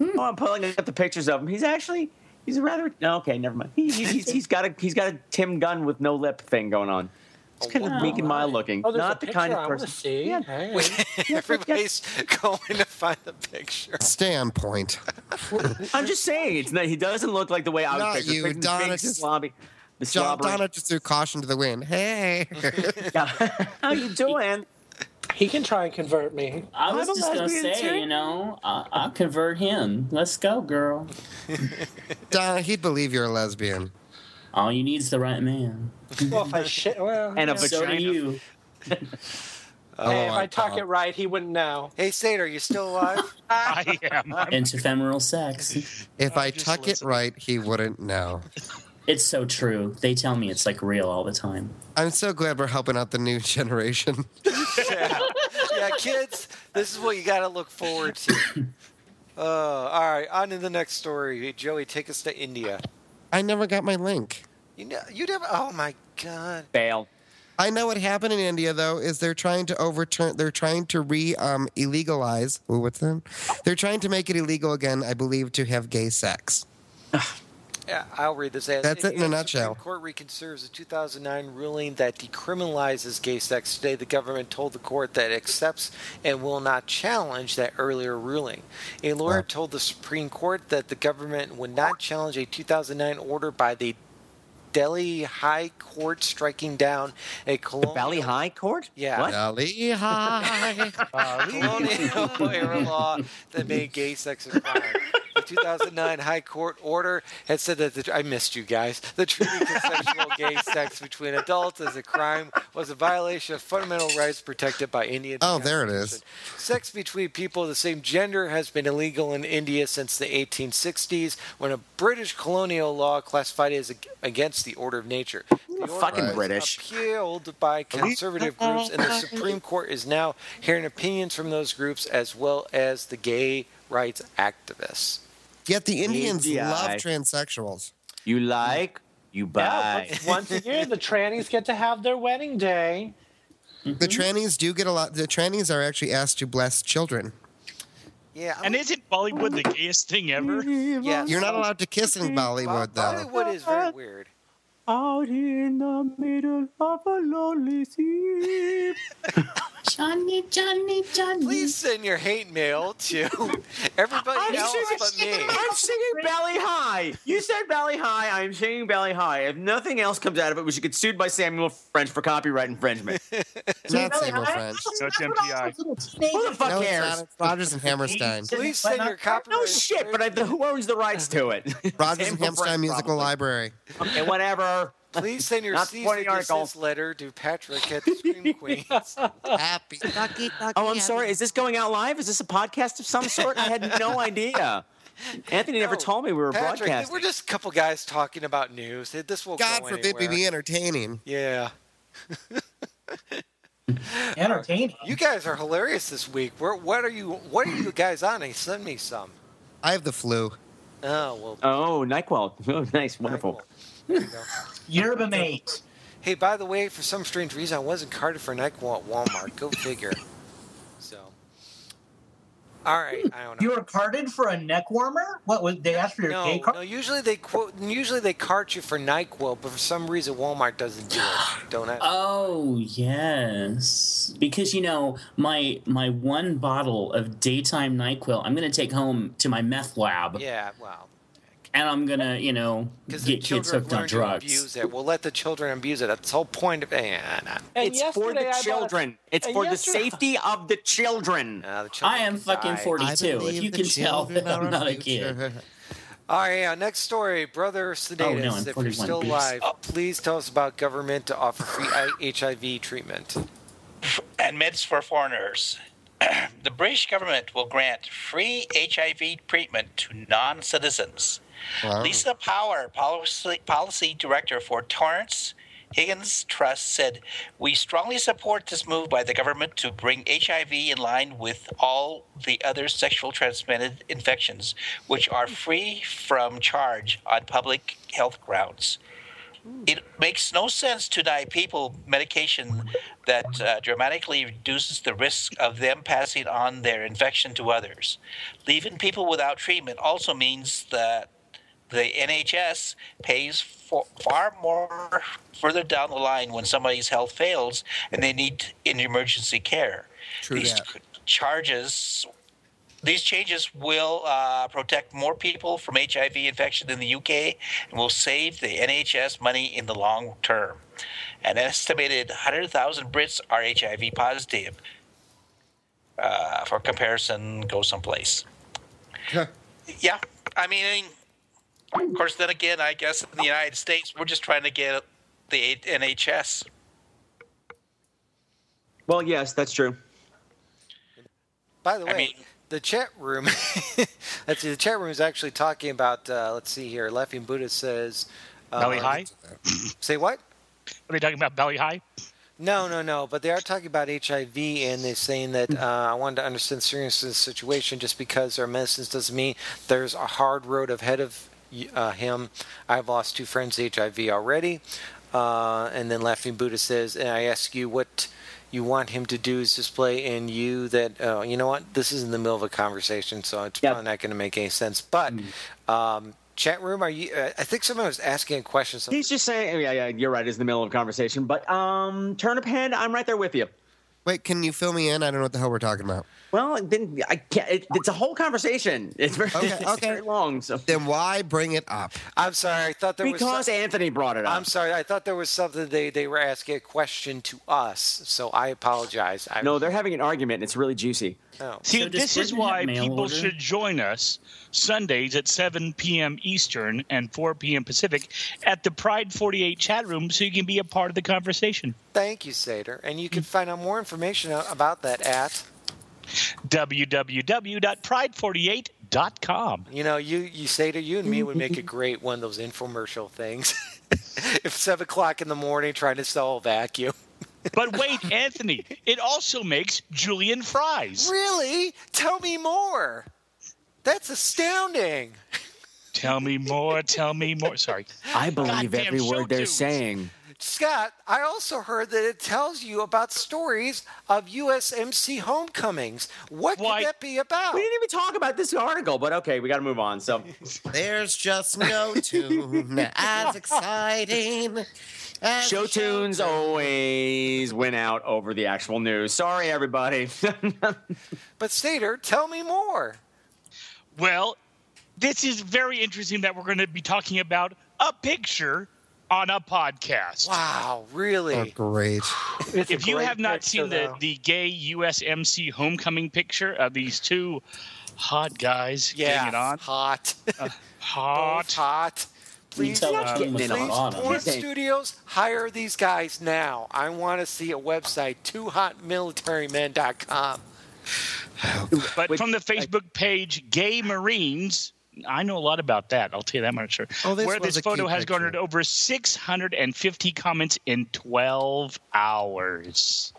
Speaker 4: Oh, I'm pulling up the pictures of him. He's actually, He's rather no, okay. Never mind. He, he's,
Speaker 7: [laughs]
Speaker 4: he's, he's got a he's got a Tim Gunn with no lip thing going on. It's kind of
Speaker 7: wow.
Speaker 4: meek and mild looking.
Speaker 7: Oh, there's
Speaker 4: Not
Speaker 7: a
Speaker 4: the kind
Speaker 7: picture
Speaker 4: of
Speaker 7: I wanna
Speaker 4: person.
Speaker 7: See.
Speaker 4: Yeah.
Speaker 7: Hang on.
Speaker 1: [laughs] Everybody's going to find the picture.
Speaker 5: Stay on point.
Speaker 4: I'm just saying, it's not, he doesn't look like the way I would
Speaker 5: Not
Speaker 4: picture.
Speaker 5: you,
Speaker 4: Big- big
Speaker 5: Donna, just-
Speaker 4: slobby, the
Speaker 5: John
Speaker 4: slobbering-
Speaker 5: Donna just threw caution to the wind. Hey.
Speaker 4: [laughs] Yeah. How you doing?
Speaker 7: [laughs] He can try and convert me.
Speaker 3: I was
Speaker 4: I'm a
Speaker 3: just gonna
Speaker 4: lesbian
Speaker 3: say,
Speaker 4: too.
Speaker 3: you know, I, I'll convert him. Let's go, girl.
Speaker 5: Donna, he'd believe you're a lesbian.
Speaker 3: All you need's the right man.
Speaker 7: Well, if
Speaker 1: [laughs]
Speaker 7: I shit, well,
Speaker 4: And a
Speaker 7: yeah.
Speaker 3: So do
Speaker 4: vagina.
Speaker 3: you.
Speaker 7: hey, if
Speaker 5: my
Speaker 7: I talk
Speaker 5: God.
Speaker 7: it right, he wouldn't know.
Speaker 1: Oh, Hey, Seder, you still
Speaker 7: [laughs]
Speaker 1: alive?
Speaker 2: [laughs] I am.
Speaker 4: [laughs]
Speaker 3: Interfemoral sex.
Speaker 5: If
Speaker 2: I'm
Speaker 5: I
Speaker 2: just
Speaker 5: tuck it
Speaker 2: listening.
Speaker 5: right, he wouldn't know.
Speaker 3: It's so true. They tell me it's like real all the time.
Speaker 5: I'm so glad we're helping out the new [laughs] generation.
Speaker 1: yeah. yeah, kids, this is what you got to look forward
Speaker 7: [laughs]
Speaker 1: to. Uh, all right, on to the next story. Joey, take us to India.
Speaker 5: I never got my link.
Speaker 1: You know, you never. Oh my God.
Speaker 4: Fail.
Speaker 5: I know what happened in India though is they're trying to overturn they're trying to re um illegalize ooh, what's that? They're trying to make it illegal again, I believe, to have gay sex.
Speaker 1: Yeah, I'll read this. As
Speaker 5: That's it in a
Speaker 1: India's
Speaker 5: nutshell.
Speaker 1: Supreme Court reconsiders a 2009 ruling that decriminalizes gay sex. Today, the government told the court that it accepts and will not challenge that earlier ruling. A lawyer
Speaker 5: Wow.
Speaker 1: told the Supreme Court that the government would not challenge a 2009 order by the Delhi High Court striking down a colonial.
Speaker 4: Valley High Court?
Speaker 1: Yeah.
Speaker 4: What?
Speaker 5: Dolly, hi.
Speaker 1: [laughs] colonial era law that made gay sex a crime. The 2009 High Court order had said that the, I missed you guys. The treating consensual gay sex between adults as a crime was a violation of fundamental rights protected by Indian.
Speaker 5: Oh, there it is.
Speaker 1: Constitution. Sex between people of the same gender has been illegal in India since the 1860s, when a British colonial law classified it as ag- against the order of nature. The order
Speaker 4: Fucking
Speaker 1: was
Speaker 4: British.
Speaker 1: appealed by conservative groups, and the Supreme Court is now hearing opinions from those groups as well as the gay rights activists.
Speaker 5: Yet the Indians
Speaker 4: India.
Speaker 5: love transsexuals.
Speaker 4: You like? You
Speaker 7: Yeah,
Speaker 4: buy.
Speaker 7: once, once a year, the trannies get to have their wedding day.
Speaker 5: The trannies do get a lot the trannies are actually asked to bless children.
Speaker 1: Yeah, I'm-
Speaker 2: And isn't Bollywood the gayest thing
Speaker 4: [laughs]
Speaker 2: ever?
Speaker 1: yes.
Speaker 5: You're not allowed to kiss in Bollywood
Speaker 1: Bo-
Speaker 5: though.
Speaker 1: Bollywood is very weird.
Speaker 4: Out in the middle of a lonely sea.
Speaker 9: Johnny, Johnny, Johnny.
Speaker 1: Please send your hate mail to [laughs] everybody else [laughs] but me.
Speaker 4: I'm singing Valley High. You said Valley High. I'm singing Valley High. If nothing else comes out of it, we should get sued by Samuel French for
Speaker 1: [laughs]
Speaker 4: copyright infringement.
Speaker 5: Not Samuel French.
Speaker 2: So it's MPI.
Speaker 4: Who the fuck
Speaker 5: No, it's
Speaker 4: cares?
Speaker 5: not. It's Rogers
Speaker 4: [laughs]
Speaker 5: and Hammerstein.
Speaker 1: Please send your copyright.
Speaker 4: No shit, but I, who owns the rights to it? [laughs]
Speaker 5: Rogers
Speaker 4: Samuel
Speaker 5: and Hammerstein
Speaker 4: French,
Speaker 5: Musical
Speaker 4: probably. [laughs]
Speaker 5: Library.
Speaker 4: Okay, whatever.
Speaker 1: Please send your
Speaker 4: Not
Speaker 1: cease
Speaker 4: supporting
Speaker 1: and
Speaker 4: the article.
Speaker 1: desist letter to Patrick
Speaker 4: [laughs]
Speaker 1: at the Scream Queens.
Speaker 5: Happy.
Speaker 4: Oh, I'm sorry. Is this going out live? Is this a podcast of some sort? I
Speaker 1: [laughs]
Speaker 4: had no idea. Anthony never
Speaker 1: No,
Speaker 4: told me we were
Speaker 1: Patrick,
Speaker 4: broadcasting.
Speaker 1: we're just a couple guys talking about news. This will
Speaker 5: God
Speaker 1: go
Speaker 5: forbid we
Speaker 1: anywhere.
Speaker 5: be entertaining.
Speaker 1: Yeah.
Speaker 6: Entertaining.
Speaker 1: You guys are hilarious this week. Where, what are you? What are you guys on? Hey, Send me some.
Speaker 5: I have the flu.
Speaker 1: Oh well.
Speaker 4: Oh, Nyquil. [laughs] Oh, nice, wonderful.
Speaker 1: There you go.
Speaker 6: Yerba mate.
Speaker 1: [laughs] hey, by the way, for some strange reason, I wasn't carded for Nyquil at Walmart. Go figure. So, all right. I don't know.
Speaker 6: You were carded for a neck warmer? What was they asked for your
Speaker 1: no,
Speaker 6: gay card?
Speaker 1: no. Usually they quote. Usually they cart you for Nyquil, but for some reason Walmart doesn't do
Speaker 3: [gasps]
Speaker 1: it. Don't I?
Speaker 3: Oh yes, because you know my my one bottle of daytime Nyquil, I'm gonna take home to my meth lab,
Speaker 1: yeah. Well,
Speaker 3: and I'm gonna you know
Speaker 1: because the
Speaker 3: get kids
Speaker 1: children
Speaker 3: hooked on
Speaker 1: learn to
Speaker 3: drugs.
Speaker 1: abuse it. We'll let the children abuse it. That's the whole point of. Eh, nah, nah.
Speaker 7: And
Speaker 4: It's for
Speaker 7: yesterday I
Speaker 4: the
Speaker 7: bought a-
Speaker 4: children. [laughs] It's
Speaker 7: and
Speaker 4: for the
Speaker 7: yesterday-
Speaker 4: safety of the children.
Speaker 1: Nah, the
Speaker 3: I
Speaker 1: children
Speaker 3: am
Speaker 1: can
Speaker 3: fucking
Speaker 1: die.
Speaker 3: 42.
Speaker 5: believe
Speaker 3: If you
Speaker 5: the
Speaker 3: can tell
Speaker 5: children
Speaker 3: that I'm
Speaker 5: are
Speaker 3: not a
Speaker 5: future.
Speaker 3: kid.
Speaker 5: [laughs]
Speaker 1: All right, yeah, next story. Brother Sedatus,
Speaker 3: Oh, no, I'm
Speaker 1: if you're
Speaker 3: 41.
Speaker 1: still
Speaker 3: Oops.
Speaker 1: alive,
Speaker 8: Oh.
Speaker 1: please tell us about government to offer free I- HIV treatment.
Speaker 8: and meds for foreigners. [clears throat] the British government will grant free HIV treatment to non citizens.
Speaker 5: Wow.
Speaker 8: Lisa Power, policy, policy director for Torrance Higgins Trust, said, We strongly support this move by the government to bring HIV in line with all the other sexual transmitted infections, which are free from charge on public health grounds. It makes no sense to deny people medication that uh, dramatically reduces the risk of them passing on their infection to others. Leaving people without treatment also means that the NHS pays for far more further down the line when somebody's health fails and they need in emergency care.
Speaker 5: True
Speaker 8: these
Speaker 5: that.
Speaker 8: ch- charges, these changes will uh, protect more people from HIV infection in the UK and will save the NHS money in the long term. An estimated 100,000 Brits are HIV positive. Uh, for comparison, go someplace. Yeah, I mean, of course. Then again, I guess in the United States, we're just trying to get the NHS.
Speaker 4: [laughs] Well, yes, that's true.
Speaker 1: By the way,
Speaker 8: I mean-
Speaker 1: the chat room, [laughs] let's see, the chat room is actually talking about. Uh, let's see here. Laughing Buddha says, uh,
Speaker 2: Belly high?
Speaker 1: Say what?
Speaker 2: Are they talking about belly high?
Speaker 1: No, no, no. But they are talking about HIV, and they're saying that
Speaker 4: Mm-hmm.
Speaker 1: uh, I wanted to understand the seriousness of the situation. Just because there are medicines doesn't mean there's a hard road ahead of y- uh, him. I've lost two friends to HIV already. Uh, and then Laughing Buddha says, and I ask you what you want him to do is display in you that uh, you know what this is in the middle of a conversation, so it's
Speaker 3: Yep.
Speaker 1: probably not going to make any sense. But
Speaker 4: Mm-hmm.
Speaker 1: um, chat room, are you? Uh, I think someone was asking a question. So
Speaker 4: He's just saying, yeah, yeah, you're right. It's in the middle of a conversation, but um, turnip hand, I'm right there with you.
Speaker 5: Wait, can you fill me in? I don't know what the hell we're talking about.
Speaker 4: Well, then I can't. It, it's a whole conversation. It's very,
Speaker 5: Okay,
Speaker 4: [laughs] it's
Speaker 5: okay.
Speaker 4: very long. So.
Speaker 5: Then why bring it up?
Speaker 1: I'm sorry. I thought there was
Speaker 4: Because
Speaker 1: some-
Speaker 4: Anthony brought it up.
Speaker 1: I'm sorry. I thought there was something they, they were asking a question to us, so I apologize. I,
Speaker 4: no, they're having an argument. and It's really juicy.
Speaker 1: no.
Speaker 2: See,
Speaker 3: So does
Speaker 2: this is
Speaker 3: Britain
Speaker 2: why
Speaker 3: have mail
Speaker 2: people
Speaker 3: order?
Speaker 2: should join us Sundays at 7 p.m. Eastern and 4 p.m. Pacific at the Pride 48 chat room so you can be a part of the conversation.
Speaker 1: Thank you, Sater. And you can find out more information a- about that at
Speaker 2: www.pride48.com.
Speaker 1: you know you you Sater you and me would [laughs] make a great one of those infomercial things. [laughs] if seven o'clock in the morning trying to sell a vacuum.
Speaker 2: But wait, Anthony, it also makes Julian fries.
Speaker 1: Really? Tell me more. That's astounding.
Speaker 2: Tell me more, tell me more. Sorry.
Speaker 4: I believe
Speaker 2: Goddamn
Speaker 4: every
Speaker 2: show
Speaker 4: word they're
Speaker 2: dudes.
Speaker 4: saying.
Speaker 1: Scott, I also heard that it tells you about stories of USMC homecomings. What
Speaker 2: Why-
Speaker 1: could that be about?
Speaker 4: We didn't even talk about this article, but okay, we got to move on. So,
Speaker 5: There's
Speaker 4: [laughs]
Speaker 5: just no tune as exciting. As
Speaker 4: show
Speaker 5: a
Speaker 4: tunes always win out over the actual news. Sorry, everybody. [laughs]
Speaker 1: But Sater, tell me more.
Speaker 2: Well, this is very interesting that we're going to be talking about a picture on a podcast.
Speaker 1: Wow, really?
Speaker 5: [laughs] Oh, great.
Speaker 7: It's a
Speaker 2: if you
Speaker 7: great
Speaker 2: have not
Speaker 7: picture,
Speaker 2: seen the,
Speaker 7: though.
Speaker 2: the gay USMC homecoming picture of these two hot guys getting it on,
Speaker 1: hot, [laughs]
Speaker 2: hot,
Speaker 1: hot. Please,
Speaker 3: tell us
Speaker 1: please,
Speaker 4: who's getting it on.
Speaker 1: porn
Speaker 4: Thank-
Speaker 1: studios, hire these guys now. I want to see a website, twohotmilitarymen.com.
Speaker 2: but
Speaker 4: Which-
Speaker 2: from the Facebook page Gay Marines, I know a lot about that. I'll tell you that much. Sure.
Speaker 5: Oh, this
Speaker 2: Where
Speaker 5: was
Speaker 2: this
Speaker 5: a
Speaker 2: photo
Speaker 5: cute
Speaker 2: has garnered
Speaker 5: picture.
Speaker 2: over 650 comments in 12 hours.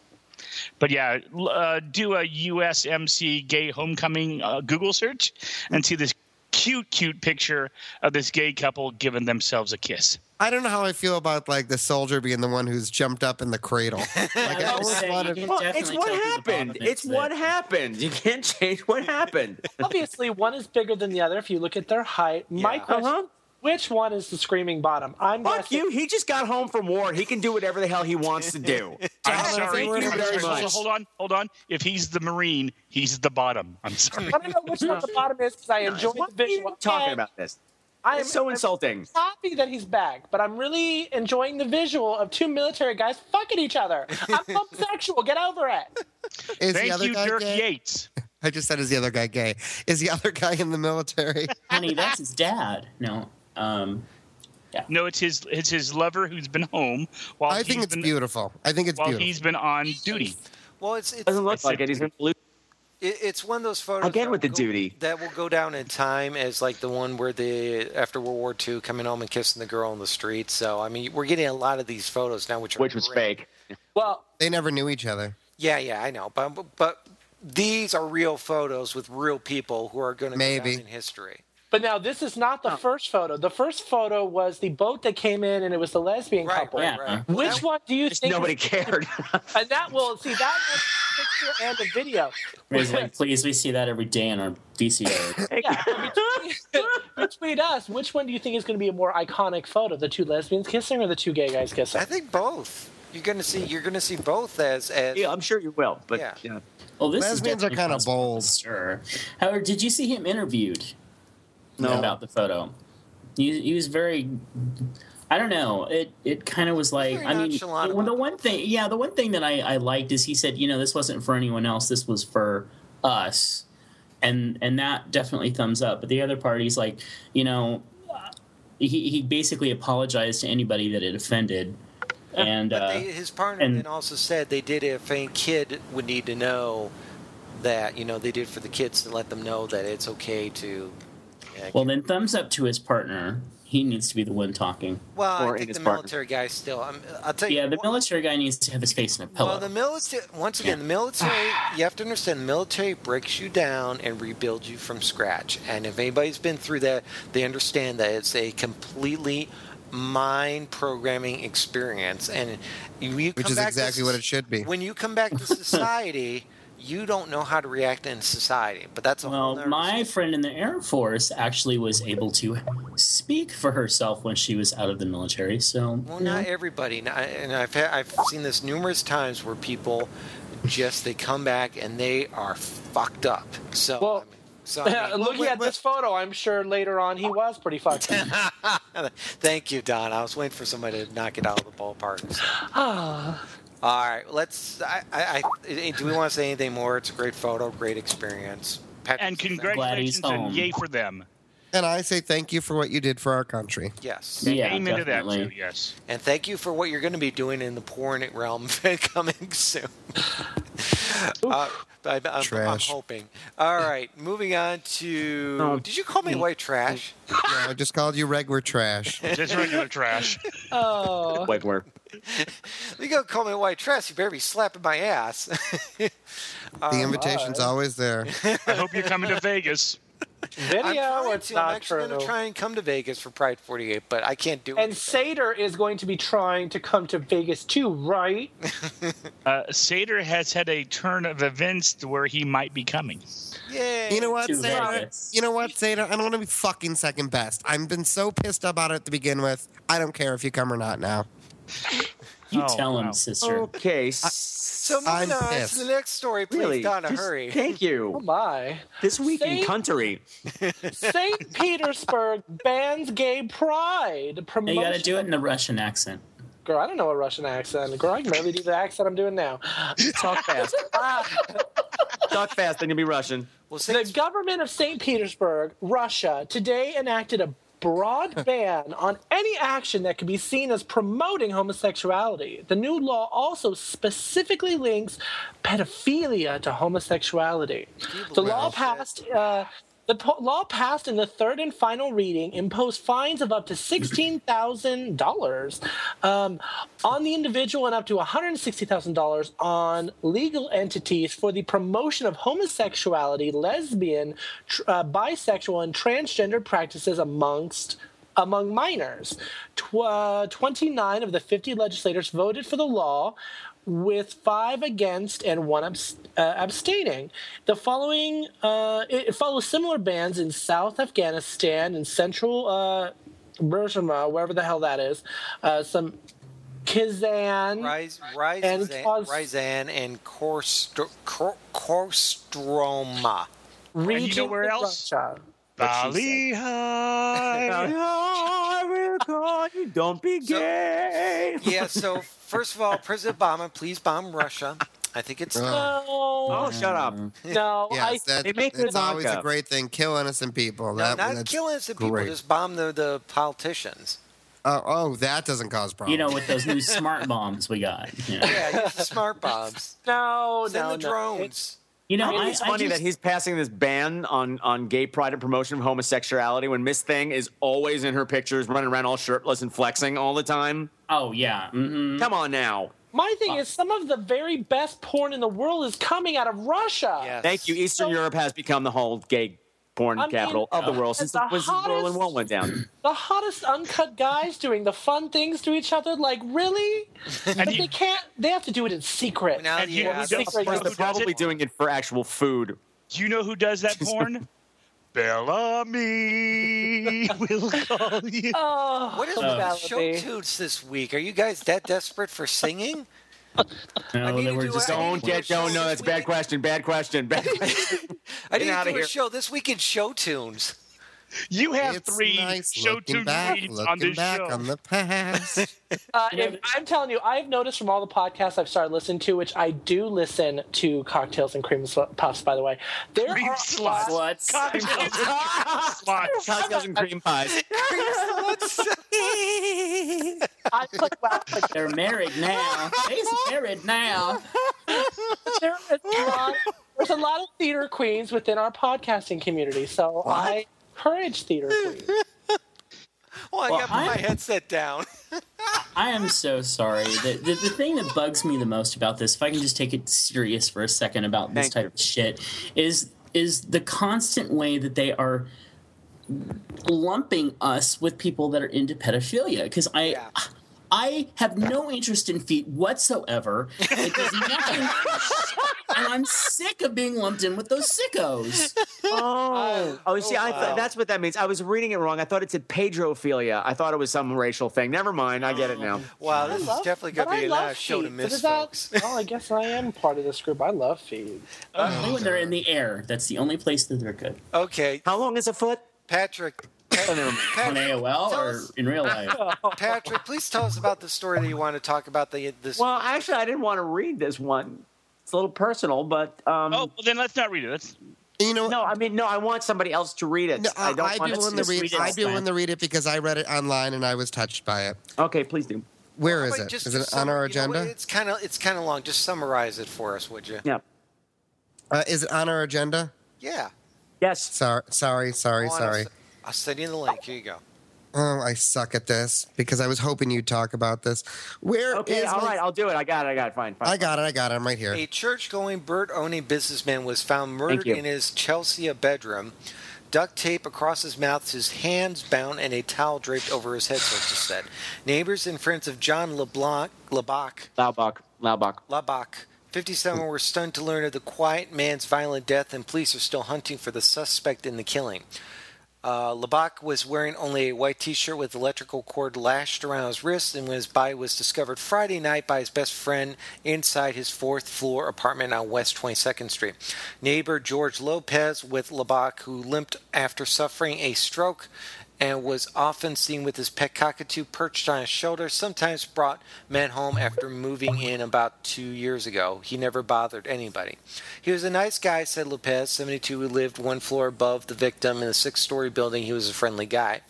Speaker 2: But yeah, l- uh, do a USMC gay homecoming uh, Google search and see this cute, cute picture of this gay couple giving themselves a kiss.
Speaker 5: I don't know how I feel about like the soldier being the one who's jumped up in the
Speaker 2: [laughs]
Speaker 5: cradle. Like I
Speaker 3: I was
Speaker 5: always
Speaker 3: saying, you
Speaker 5: wanted.
Speaker 3: can
Speaker 4: well, it's
Speaker 3: definitely
Speaker 4: what
Speaker 3: tell who the
Speaker 4: happened.
Speaker 3: bottom
Speaker 4: It's
Speaker 3: is
Speaker 4: what
Speaker 3: that-
Speaker 4: happened. You can't change
Speaker 3: [laughs]
Speaker 4: what happened.
Speaker 7: Obviously, one is bigger than the other if you look at their height. My
Speaker 1: Yeah.
Speaker 7: question:
Speaker 4: Uh-huh.
Speaker 7: Which one is the screaming bottom? I'm
Speaker 4: Fuck
Speaker 7: guessing-
Speaker 4: you. He just got home from war. He can do whatever the hell he wants to do.
Speaker 2: I'm
Speaker 5: Thank
Speaker 2: sorry.
Speaker 5: you
Speaker 2: I'm sorry.
Speaker 5: very
Speaker 2: Hold, on,
Speaker 5: much.
Speaker 2: hold on, hold on. If he's the Marine, he's the bottom. I'm sorry.
Speaker 7: I don't know which one the bottom is because I enjoy
Speaker 4: What
Speaker 7: the
Speaker 4: are
Speaker 7: visual.
Speaker 4: you talking
Speaker 7: And
Speaker 4: about this?
Speaker 7: I'm
Speaker 4: It's so insulting.
Speaker 7: happy that he's back, but I'm really enjoying the visual of two military guys fucking each other.
Speaker 4: [laughs]
Speaker 7: I'm homosexual. Get over it.
Speaker 5: Is the
Speaker 2: Thank
Speaker 5: other
Speaker 2: you,
Speaker 5: guy
Speaker 2: Dirk
Speaker 5: gay?
Speaker 2: Yates.
Speaker 5: I just said, is the other guy gay? Is the [laughs] other guy in
Speaker 2: [laughs]
Speaker 5: the military?
Speaker 3: Honey, that's his dad. No. Um,
Speaker 2: No, it's his it's his lover who's been home while
Speaker 5: I
Speaker 2: he's
Speaker 5: think it's
Speaker 2: been,
Speaker 5: beautiful. I think it's
Speaker 2: while
Speaker 5: beautiful.
Speaker 2: he's been on duty.
Speaker 1: Well, it's it's,
Speaker 4: Doesn't look
Speaker 2: I
Speaker 4: like
Speaker 2: said-
Speaker 4: it. He's gonna lose.
Speaker 1: it, it's one of those photos
Speaker 4: Again
Speaker 1: that
Speaker 4: with
Speaker 1: will go-
Speaker 4: the duty.
Speaker 1: that will go down in time as like the one where the after World War II coming home and kissing the girl in the street. So I mean, we're getting a lot of these photos now, which are
Speaker 4: Which was
Speaker 1: great.
Speaker 4: [laughs] fake.
Speaker 7: Well,
Speaker 5: They never knew each other.
Speaker 1: Yeah, yeah, I know, but but these are real photos with real people who are going to
Speaker 5: Maybe.
Speaker 1: go down in history.
Speaker 7: but now this is not the first photo. The first photo was the boat that came in, and it was the lesbian
Speaker 1: Right,
Speaker 7: couple.
Speaker 1: right,
Speaker 3: Yeah.
Speaker 1: right.
Speaker 7: Which one do you think?
Speaker 4: Nobody cared.
Speaker 7: And that will see that. picture and the video.
Speaker 3: was like, please, we see that every day in our VCR.
Speaker 7: Yeah, between, [laughs] between us, which one do you think is going to be a more iconic photo? The two lesbians kissing or the two gay guys kissing?
Speaker 1: I
Speaker 7: [laughs]
Speaker 1: think both. You're gonna see. You're gonna see both as as.
Speaker 4: [laughs] Yeah, I'm sure you will. But
Speaker 1: Yeah.
Speaker 4: yeah.
Speaker 3: Well, this is
Speaker 5: Lesbians are
Speaker 3: definitely
Speaker 5: kind of
Speaker 3: possible,
Speaker 5: bold.
Speaker 3: Sure. However, did you see him interviewed
Speaker 4: No.
Speaker 3: about the photo? He, he was very. I don't know. It it kind of was like
Speaker 1: Very
Speaker 3: I mean
Speaker 1: nonchalant
Speaker 3: the, the
Speaker 1: about
Speaker 3: one thing yeah the one thing that I, I liked is he said you know this wasn't for anyone else this was for us and and that definitely thumbs up. But the other party's like you know he he basically apologized to anybody that it offended
Speaker 1: [laughs]
Speaker 3: and
Speaker 1: But
Speaker 3: uh,
Speaker 1: they, his partner
Speaker 3: and-
Speaker 1: then also said they did it if any kid would need to know that you know they did for the kids to let them know that it's okay to. uh, Yeah,
Speaker 3: well then thumbs up to his partner. He needs to be the one talking.
Speaker 1: well, I
Speaker 4: or in
Speaker 1: think
Speaker 4: his
Speaker 1: the
Speaker 4: partner.
Speaker 1: military guy still. I'm, I'll tell you.
Speaker 3: Yeah, the
Speaker 1: what-
Speaker 3: military guy needs to have his face in a pillow.
Speaker 1: Well, the military. Once again, the military. you have to understand, the military breaks you down and rebuilds you from scratch. And if anybody's been through that, they understand that it's a completely mind programming experience. And you, you
Speaker 5: Which
Speaker 1: come
Speaker 5: is
Speaker 1: back to
Speaker 5: exactly what it should be.
Speaker 1: When you come back
Speaker 5: [laughs]
Speaker 1: to society, you don't know how to react in society. But that's a whole.
Speaker 3: Well,
Speaker 1: nother-
Speaker 3: my friend in the Air Force actually was able to speak for herself when she was out of the military. So,
Speaker 1: Well,
Speaker 3: you know,
Speaker 1: not everybody, Not- and I've had, I've seen this numerous times where people just they come back and they are fucked up. So,
Speaker 7: Well,
Speaker 1: I mean, so I
Speaker 7: [laughs]
Speaker 1: mean-
Speaker 7: Looking at this photo, I'm sure later on he was pretty fucked.
Speaker 1: [clears throat]
Speaker 7: up.
Speaker 1: [laughs] Thank you, Don. I was waiting for somebody to knock it out of the ballpark. So,
Speaker 7: Ah.
Speaker 1: All right, let's. I, I, I, do we want to say anything more? It's a great photo, great experience. Patrick,
Speaker 2: And
Speaker 1: thank-
Speaker 2: congratulations
Speaker 3: Glad he's home.
Speaker 2: and yay for them.
Speaker 5: And I say thank you for what you did for
Speaker 2: [laughs]
Speaker 5: our country.
Speaker 1: Yes,
Speaker 3: yeah,
Speaker 2: Amen to that
Speaker 3: definitely.
Speaker 2: too. Yes.
Speaker 1: and thank you for what you're going to be doing in the porn realm [laughs] coming
Speaker 7: [laughs]
Speaker 1: soon. uh, I, I'm, I'm
Speaker 5: Trash.
Speaker 1: hoping. All right, moving on to. Did you call me white
Speaker 7: [laughs]
Speaker 1: trash?
Speaker 5: Yeah, I just called you
Speaker 2: [laughs]
Speaker 5: regular trash.
Speaker 2: Just regular trash.
Speaker 7: Oh.
Speaker 4: Wiggler.
Speaker 1: You go call me white trash. You better be slapping my ass.
Speaker 2: Uh,
Speaker 5: The invitation's
Speaker 2: [laughs]
Speaker 5: always there.
Speaker 2: I hope you're coming to Vegas.
Speaker 1: I'm
Speaker 7: Video,
Speaker 1: trying
Speaker 7: it's
Speaker 1: to.
Speaker 7: not
Speaker 1: I'm actually
Speaker 7: true.
Speaker 1: going to try and come to Vegas for Pride 48, but I can't do it.
Speaker 7: and Sater is going to be trying to come to Vegas too, right?
Speaker 2: Uh, Sater has had a turn of events to where he might be coming.
Speaker 1: Yay.
Speaker 5: You know what,
Speaker 3: To
Speaker 5: Seder?
Speaker 3: Vegas.
Speaker 5: You know what, Seder? I don't want to be fucking second best. I've been so pissed about it to begin with. I don't care if you come or not now.
Speaker 3: You
Speaker 2: Oh,
Speaker 3: tell him,
Speaker 2: wow.
Speaker 3: sister.
Speaker 4: Okay.
Speaker 1: So
Speaker 4: So
Speaker 1: moving
Speaker 5: I'm
Speaker 1: on
Speaker 5: pissed.
Speaker 1: to the next story, please,
Speaker 4: really,
Speaker 1: Donna,
Speaker 4: just
Speaker 1: hurry.
Speaker 4: Thank
Speaker 7: Oh
Speaker 4: you.
Speaker 7: my.
Speaker 4: This week in
Speaker 7: Thank-
Speaker 4: country.
Speaker 3: [laughs]
Speaker 7: St. Petersburg bans gay pride.
Speaker 3: Now you got to
Speaker 7: Promotion.
Speaker 3: do it in a Russian accent.
Speaker 7: Girl, I don't know a Russian accent. Girl, I can barely do the accent I'm doing now. Ah,
Speaker 4: Talk fast.
Speaker 3: [laughs]
Speaker 4: Talk fast, then you'll be Russian.
Speaker 1: Well,
Speaker 7: The
Speaker 1: since,
Speaker 7: government of St. Petersburg, Russia, today enacted a
Speaker 3: [laughs]
Speaker 7: broad ban on any action that could be seen as promoting homosexuality. The new law also specifically links pedophilia to homosexuality. The law
Speaker 5: Right.
Speaker 7: passed. Uh, the po- law passed in the third and final reading imposed fines of up to sixteen thousand dollars um, on the individual and up to one hundred sixty thousand dollars on legal entities for the promotion of homosexuality, lesbian, tr- uh, bisexual, and transgender practices amongst among minors. Tw- uh, 29 of the 50 legislators voted for the law, with five against and one abs- uh, abstaining. The following uh, it, it follows similar bans in South Afghanistan and Central uh, Burma, wherever the hell that is. Uh, some Kazan.
Speaker 1: Rise,
Speaker 7: And
Speaker 1: Rise,
Speaker 7: cause-
Speaker 1: Rizan, and Korstro- Kor- Korstroma.
Speaker 2: And you know
Speaker 7: region
Speaker 2: where
Speaker 7: of
Speaker 2: else?
Speaker 7: Russia.
Speaker 2: Bali
Speaker 3: [laughs]
Speaker 2: High.
Speaker 4: I will call you. Don't be gay.
Speaker 1: Yeah, so first of all, President Obama, please bomb Russia. I think it's.
Speaker 5: Ugh.
Speaker 7: No,
Speaker 4: Oh, shut up.
Speaker 7: no, I
Speaker 5: [laughs] Yes, that,
Speaker 4: They make
Speaker 5: it's always
Speaker 4: vodka.
Speaker 5: a great thing. Kill innocent people.
Speaker 1: No,
Speaker 5: That,
Speaker 1: not
Speaker 5: that's-
Speaker 1: killing innocent people,
Speaker 5: great.
Speaker 1: just bomb the, the politicians.
Speaker 5: Oh, oh, that doesn't cause problems.
Speaker 3: You know, with those new smart bombs we got. You know,
Speaker 1: Yeah, use the smart bombs.
Speaker 7: no,
Speaker 1: Send
Speaker 7: no,
Speaker 1: the
Speaker 7: no.
Speaker 1: drones.
Speaker 3: you know
Speaker 4: I
Speaker 3: I,
Speaker 4: think it's funny
Speaker 3: I just,
Speaker 4: that he's passing this ban on, on gay pride and promotion of homosexuality when Miss Thing is always in her pictures running around all shirtless and flexing all the time.
Speaker 3: Oh yeah. hmm
Speaker 4: Come on now.
Speaker 7: My thing is, some of the very best porn in the world is coming out of Russia.
Speaker 1: Yes.
Speaker 4: Thank you. Eastern Europe has become the whole gay porn
Speaker 7: I mean,
Speaker 4: capital of the world since,
Speaker 7: the
Speaker 4: since Berlin
Speaker 7: hottest-
Speaker 4: Wall went down.
Speaker 7: The hottest uncut guys doing the fun things to each other, like really?
Speaker 1: [laughs]
Speaker 7: but
Speaker 2: you-
Speaker 7: they can't. They have to do it in secret.
Speaker 1: Now,
Speaker 2: And you-
Speaker 1: yeah,
Speaker 2: you-
Speaker 4: Of course, they're probably doing it for actual food.
Speaker 2: Do you know who does that porn?
Speaker 3: [laughs]
Speaker 2: Bellamy will call you.
Speaker 7: Oh,
Speaker 1: what is with
Speaker 7: the
Speaker 1: the
Speaker 7: melody.
Speaker 1: show tunes this week? Are you guys that desperate for singing? I
Speaker 3: No,
Speaker 1: need
Speaker 3: they
Speaker 1: to
Speaker 3: were
Speaker 1: do
Speaker 3: just
Speaker 1: it. I
Speaker 4: Don't
Speaker 1: need to
Speaker 4: get, don't know. That's a bad question. Bad question. Bad [laughs] question.
Speaker 1: I need to
Speaker 4: outta
Speaker 1: do a
Speaker 4: here.
Speaker 1: show this week in show tunes.
Speaker 2: You have
Speaker 5: it's
Speaker 2: three
Speaker 5: nice
Speaker 2: show
Speaker 5: looking
Speaker 2: tunes
Speaker 5: back,
Speaker 2: ratings
Speaker 5: looking
Speaker 2: on this
Speaker 5: back
Speaker 2: show.
Speaker 5: on the past.
Speaker 7: Uh, if, I'm telling you, I've noticed from all the podcasts I've started listening to, which I do listen to Cocktails and Cream Sl- Puffs, by the way. There
Speaker 2: Cream
Speaker 7: are
Speaker 2: sluts.
Speaker 3: Sluts.
Speaker 2: God, it is- Lots.
Speaker 4: Cocktails and cream pies.
Speaker 7: I, like, wow, like,
Speaker 3: They're married now. They's married now.
Speaker 7: there is a lot, there's a lot of theater queens within our podcasting community, so I encourage theater queens.
Speaker 1: Well, I
Speaker 3: Well,
Speaker 1: got to put my
Speaker 3: I'm-
Speaker 1: headset down.
Speaker 3: I am so sorry. The, the, the thing that bugs me the most about this, if I can just take it serious for a second about this
Speaker 4: Thank
Speaker 3: type
Speaker 4: you.
Speaker 3: of shit, is is the constant way that they are lumping us with people that are into pedophilia. Because I.
Speaker 1: Yeah.
Speaker 3: I have no interest in feet whatsoever. It
Speaker 1: [laughs]
Speaker 3: does nothing, and I'm sick of being lumped in with those sickos.
Speaker 4: Oh, oh, see, I thought that's what that means. I was reading it wrong. I thought it said pedrophilia. I thought it was some racial thing. Never mind. I get it now.
Speaker 1: Wow, Oh, this is
Speaker 7: Love-
Speaker 1: definitely
Speaker 7: but
Speaker 1: going to
Speaker 7: I
Speaker 1: be a
Speaker 7: love
Speaker 1: live show to
Speaker 7: feeds. Is
Speaker 1: miss,
Speaker 7: that- [laughs]
Speaker 1: folks.
Speaker 7: Well, I guess I am part of this group. I love feeds.
Speaker 3: Only when they're in the air. That's the only place that they're good.
Speaker 1: Okay,
Speaker 4: How long is a foot?
Speaker 1: Patrick.
Speaker 4: never mind.
Speaker 3: On
Speaker 1: Patrick,
Speaker 3: AOL
Speaker 1: tell
Speaker 3: or
Speaker 1: us-
Speaker 3: in real life.
Speaker 1: Patrick, please tell us about the story that you want to talk about. The this
Speaker 4: Well, actually, I didn't want to read this one. It's a little personal, but um,
Speaker 2: Oh, well, then let's not read it. Let's,
Speaker 5: you know,
Speaker 4: no, I mean, no, I want somebody else to read it.
Speaker 5: no,
Speaker 4: I
Speaker 5: I,
Speaker 4: don't
Speaker 5: I
Speaker 4: want to-
Speaker 5: do want to
Speaker 3: just
Speaker 5: read.
Speaker 3: read it
Speaker 5: I
Speaker 3: off
Speaker 5: do
Speaker 3: my-
Speaker 5: want to read it because I read it online and I was touched by it.
Speaker 4: Okay, please do.
Speaker 5: Where is
Speaker 1: Wait,
Speaker 5: it?
Speaker 1: just
Speaker 5: Is it
Speaker 1: sum-
Speaker 5: on our
Speaker 1: you know what,
Speaker 5: agenda?
Speaker 1: it's kind of it's kind of long. Just summarize it for us, would you?
Speaker 4: Yeah.
Speaker 5: Uh, is it on our agenda?
Speaker 1: Yeah.
Speaker 4: Yes.
Speaker 5: Sorry, sorry, sorry,
Speaker 1: Hold on, I'll
Speaker 5: sorry.
Speaker 1: s- I'll send you the link. Here you go.
Speaker 5: Oh, I suck at this because I was hoping you'd talk about this. Where
Speaker 4: Okay.
Speaker 5: is
Speaker 4: All
Speaker 5: my-
Speaker 4: right. I'll do it. I got it. I got it. Fine. fine.
Speaker 5: I got it. I got it. I'm right here.
Speaker 1: A church-going bird-owning businessman was found murdered
Speaker 4: you.
Speaker 1: in his Chelsea bedroom, duct tape across his mouth, his hands bound, and a towel draped over his head. Sources said. Neighbors and friends of John LeBlanc, LeBach,
Speaker 4: Laubach. Laubach.
Speaker 1: Labak, 57, were stunned to learn of the quiet man's violent death, and police are still hunting for the suspect in the killing. Uh, Labak was wearing only a white t shirt with electrical cord lashed around his wrist, and when his body was discovered Friday night by his best friend inside his fourth floor apartment on West 22nd Street. Neighbor George Lopez with Labak, who limped after suffering a stroke and was often seen with his pet cockatoo perched on his shoulder, sometimes brought men home after moving in about two years ago. He never bothered anybody. He was a nice guy, said Lopez, 72, who lived one floor above the victim in a six story building. He was a friendly guy.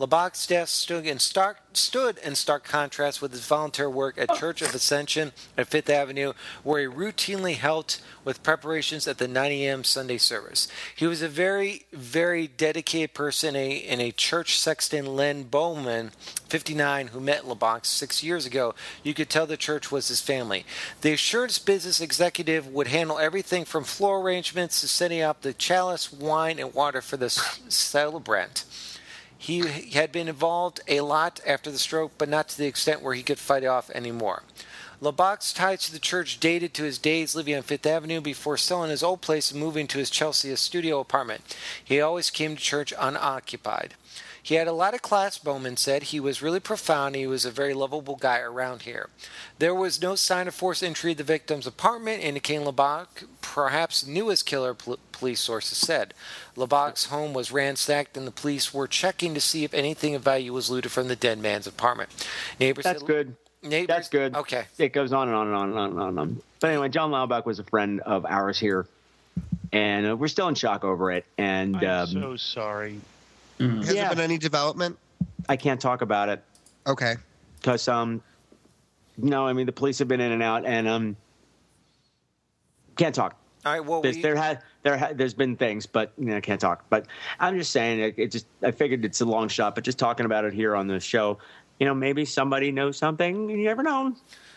Speaker 1: Labac's death stood in stark stood in stark contrast with his volunteer work at Church of Ascension at Fifth Avenue, where he routinely helped with preparations at the 9 a.m. Sunday service. He was a very, very dedicated person a, and a church sexton, Len Bowman, 59, who met LeBlanc six years ago. You could tell the church was his family. The assurance business executive would handle everything from floor arrangements to setting up the chalice, wine, and water for the s- celebrant. He had been involved a lot after the stroke, but not to the extent where he could fight it off anymore. Labac's ties to the church dated to his days living on Fifth Avenue before selling his old place and moving to his Chelsea studio apartment. He always came to church unoccupied. He had a lot of class, Bowman said. He was really profound. He was a very lovable guy around here. There was no sign of forced entry at the victim's apartment, indicating Labac perhaps knew his killer, pol- police sources said. Labac's home was ransacked, and the police were checking to see if anything of value was looted from the dead man's apartment. Neighbors
Speaker 4: That's
Speaker 1: said-
Speaker 4: good.
Speaker 1: Neighbors,
Speaker 4: That's good.
Speaker 1: Okay.
Speaker 4: It goes on and on and on and on and on. and on. But anyway, John Laubach was a friend of ours here, and uh, we're still in shock over it. And
Speaker 2: I'm
Speaker 4: um,
Speaker 2: so sorry.
Speaker 5: Has
Speaker 4: Yeah.
Speaker 5: there been any development?
Speaker 4: I can't talk about it
Speaker 5: Okay.
Speaker 4: because, um, no, I mean the police have been in and out, and um, can't talk.
Speaker 1: All right. Well,
Speaker 4: There's,
Speaker 1: we,
Speaker 4: there had there ha, there's been things, but you know, I can't talk. But I'm just saying, it, it just I figured it's a long shot, but just talking about it here on the show, you know, maybe somebody knows something. You never know.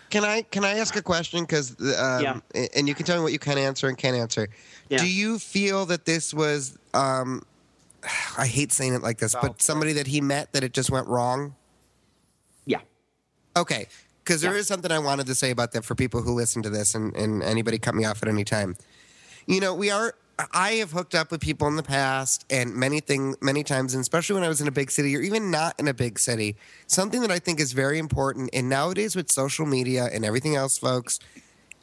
Speaker 5: Can I can I ask a question? Because um,
Speaker 4: Yeah.
Speaker 5: a- and you can tell me what you can answer and can't answer.
Speaker 4: Yeah.
Speaker 5: Do you feel that this was um, [sighs] I hate saying it like this,
Speaker 1: Southport.
Speaker 5: but somebody that he met that it just went wrong?
Speaker 4: Yeah.
Speaker 5: Okay. Because there is something I wanted to say about that for people who listen to this and, and anybody cut me off at any time. You know, we are, I have hooked up with people in the past and many thing, many times, and especially when I was in a big city or even not in a big city, something that I think is very important. And nowadays with social media and everything else, folks,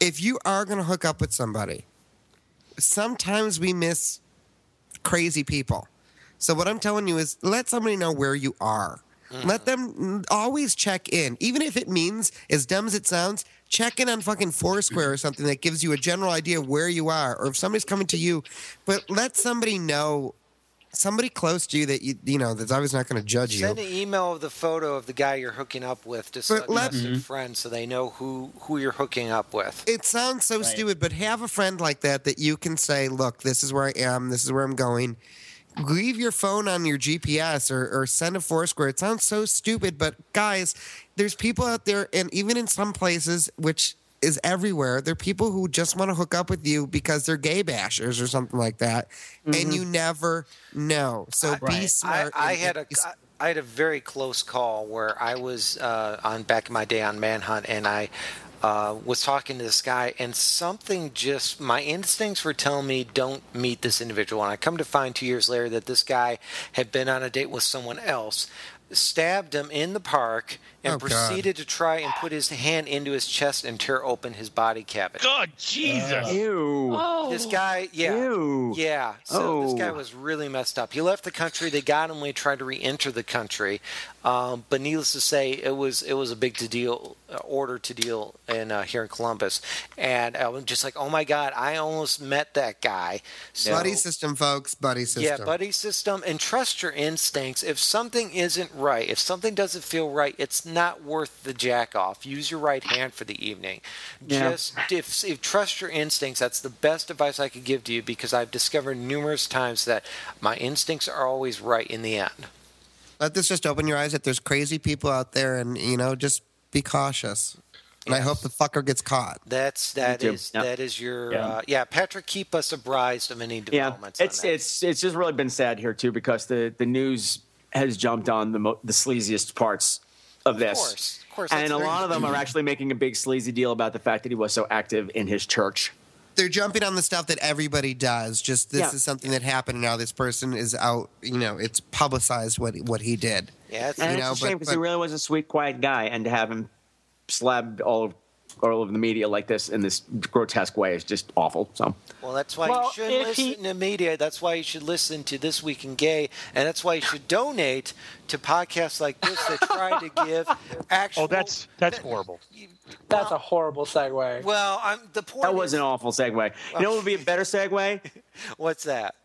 Speaker 5: if you are going to hook up with somebody, sometimes we miss crazy people. So what I'm telling you is let somebody know where you are. Let them always check in, even if it means, as dumb as it sounds, check in on fucking Foursquare or something that gives you a general idea of where you are, or if somebody's coming to you. But let somebody know, somebody close to you that you you know that's always not going to judge you.
Speaker 1: Send an email of the photo of the guy you're hooking up with to some
Speaker 5: But let-
Speaker 1: trusted friend so they know who, who you're hooking up with.
Speaker 5: It sounds so stupid, but have a friend like that that you can say, "Look, this is where I am. This is where I'm going." Leave your phone on your GPS or, or send a Foursquare. It sounds so stupid, but guys, there's people out there, and even in some places, which is everywhere, there are people who just want to hook up with you because they're gay bashers or something like that, and you never know. So be
Speaker 3: Right.
Speaker 1: Mm-hmm. I,
Speaker 5: smart.
Speaker 1: I
Speaker 5: and-
Speaker 1: had a I had a very close call where I was uh, on back in my day on Manhunt, and I uh, was talking to this guy, and something just my instincts were telling me don't meet this individual. And I come to find two years later that this guy had been on a date with someone else. Stabbed him in the park and
Speaker 5: Oh, God.
Speaker 1: proceeded to try and put his hand into his chest and tear open his body cavity.
Speaker 2: God, Jesus.
Speaker 4: Ew.
Speaker 1: This guy, yeah,
Speaker 4: Ew.
Speaker 1: Oh. yeah. So this
Speaker 4: Oh.
Speaker 1: guy was really messed up. He left the country. They got him when he tried to re-enter the country. Um, but needless to say, it was it was a big to deal uh, order to deal in uh, here in Columbus. And I was just like, oh my god, I almost met that guy. So,
Speaker 5: buddy system, folks. Buddy system.
Speaker 1: yeah, buddy system, and trust your instincts. If something isn't right, if something doesn't feel right, it's not worth the jack off. Use your right hand for the evening.
Speaker 4: Yeah.
Speaker 1: Just if, if trust your instincts. That's the best advice I could give to you because I've discovered numerous times that my instincts are always right in the end.
Speaker 5: let this just open your eyes that there's crazy people out there and you know just be cautious and i hope the fucker gets caught
Speaker 1: That's that
Speaker 4: too.
Speaker 1: is
Speaker 4: Yeah.
Speaker 1: that is your yeah.
Speaker 3: Yeah.
Speaker 1: Uh, yeah. Patrick, keep us apprised of any
Speaker 4: Yeah,
Speaker 1: developments. on
Speaker 4: it's
Speaker 1: that.
Speaker 4: it's it's just really been sad here too because the the news has jumped on the mo- the sleaziest parts of, this.
Speaker 1: course, of course,
Speaker 4: and
Speaker 1: that's
Speaker 4: a
Speaker 1: very-
Speaker 4: lot of them are actually making a big sleazy deal about the fact that he was so active in his church.
Speaker 5: they're jumping on the stuff that everybody does just this
Speaker 4: Yeah.
Speaker 5: is something that happened and now this person is out you know it's publicized what what he did
Speaker 1: yeah. It's,
Speaker 4: And
Speaker 5: You
Speaker 4: it's
Speaker 5: know,
Speaker 4: a shame
Speaker 5: but-
Speaker 4: because he
Speaker 5: but-
Speaker 4: really was a sweet, quiet guy, and to have him slabbed all of, all over the media like this in this grotesque way is just awful. So
Speaker 1: Well, that's why you
Speaker 7: Well,
Speaker 1: should
Speaker 7: if
Speaker 1: listen
Speaker 7: he-
Speaker 1: to media. That's why you should listen to This Week in Gay, and that's why you should donate to podcasts like this that try
Speaker 3: [laughs]
Speaker 1: to give actual.
Speaker 2: Oh, that's that's horrible.
Speaker 7: That's a horrible segue.
Speaker 1: Well, I'm the point.
Speaker 4: that was
Speaker 1: is-
Speaker 4: an awful segue. You know what would be a better segue?
Speaker 1: What's that?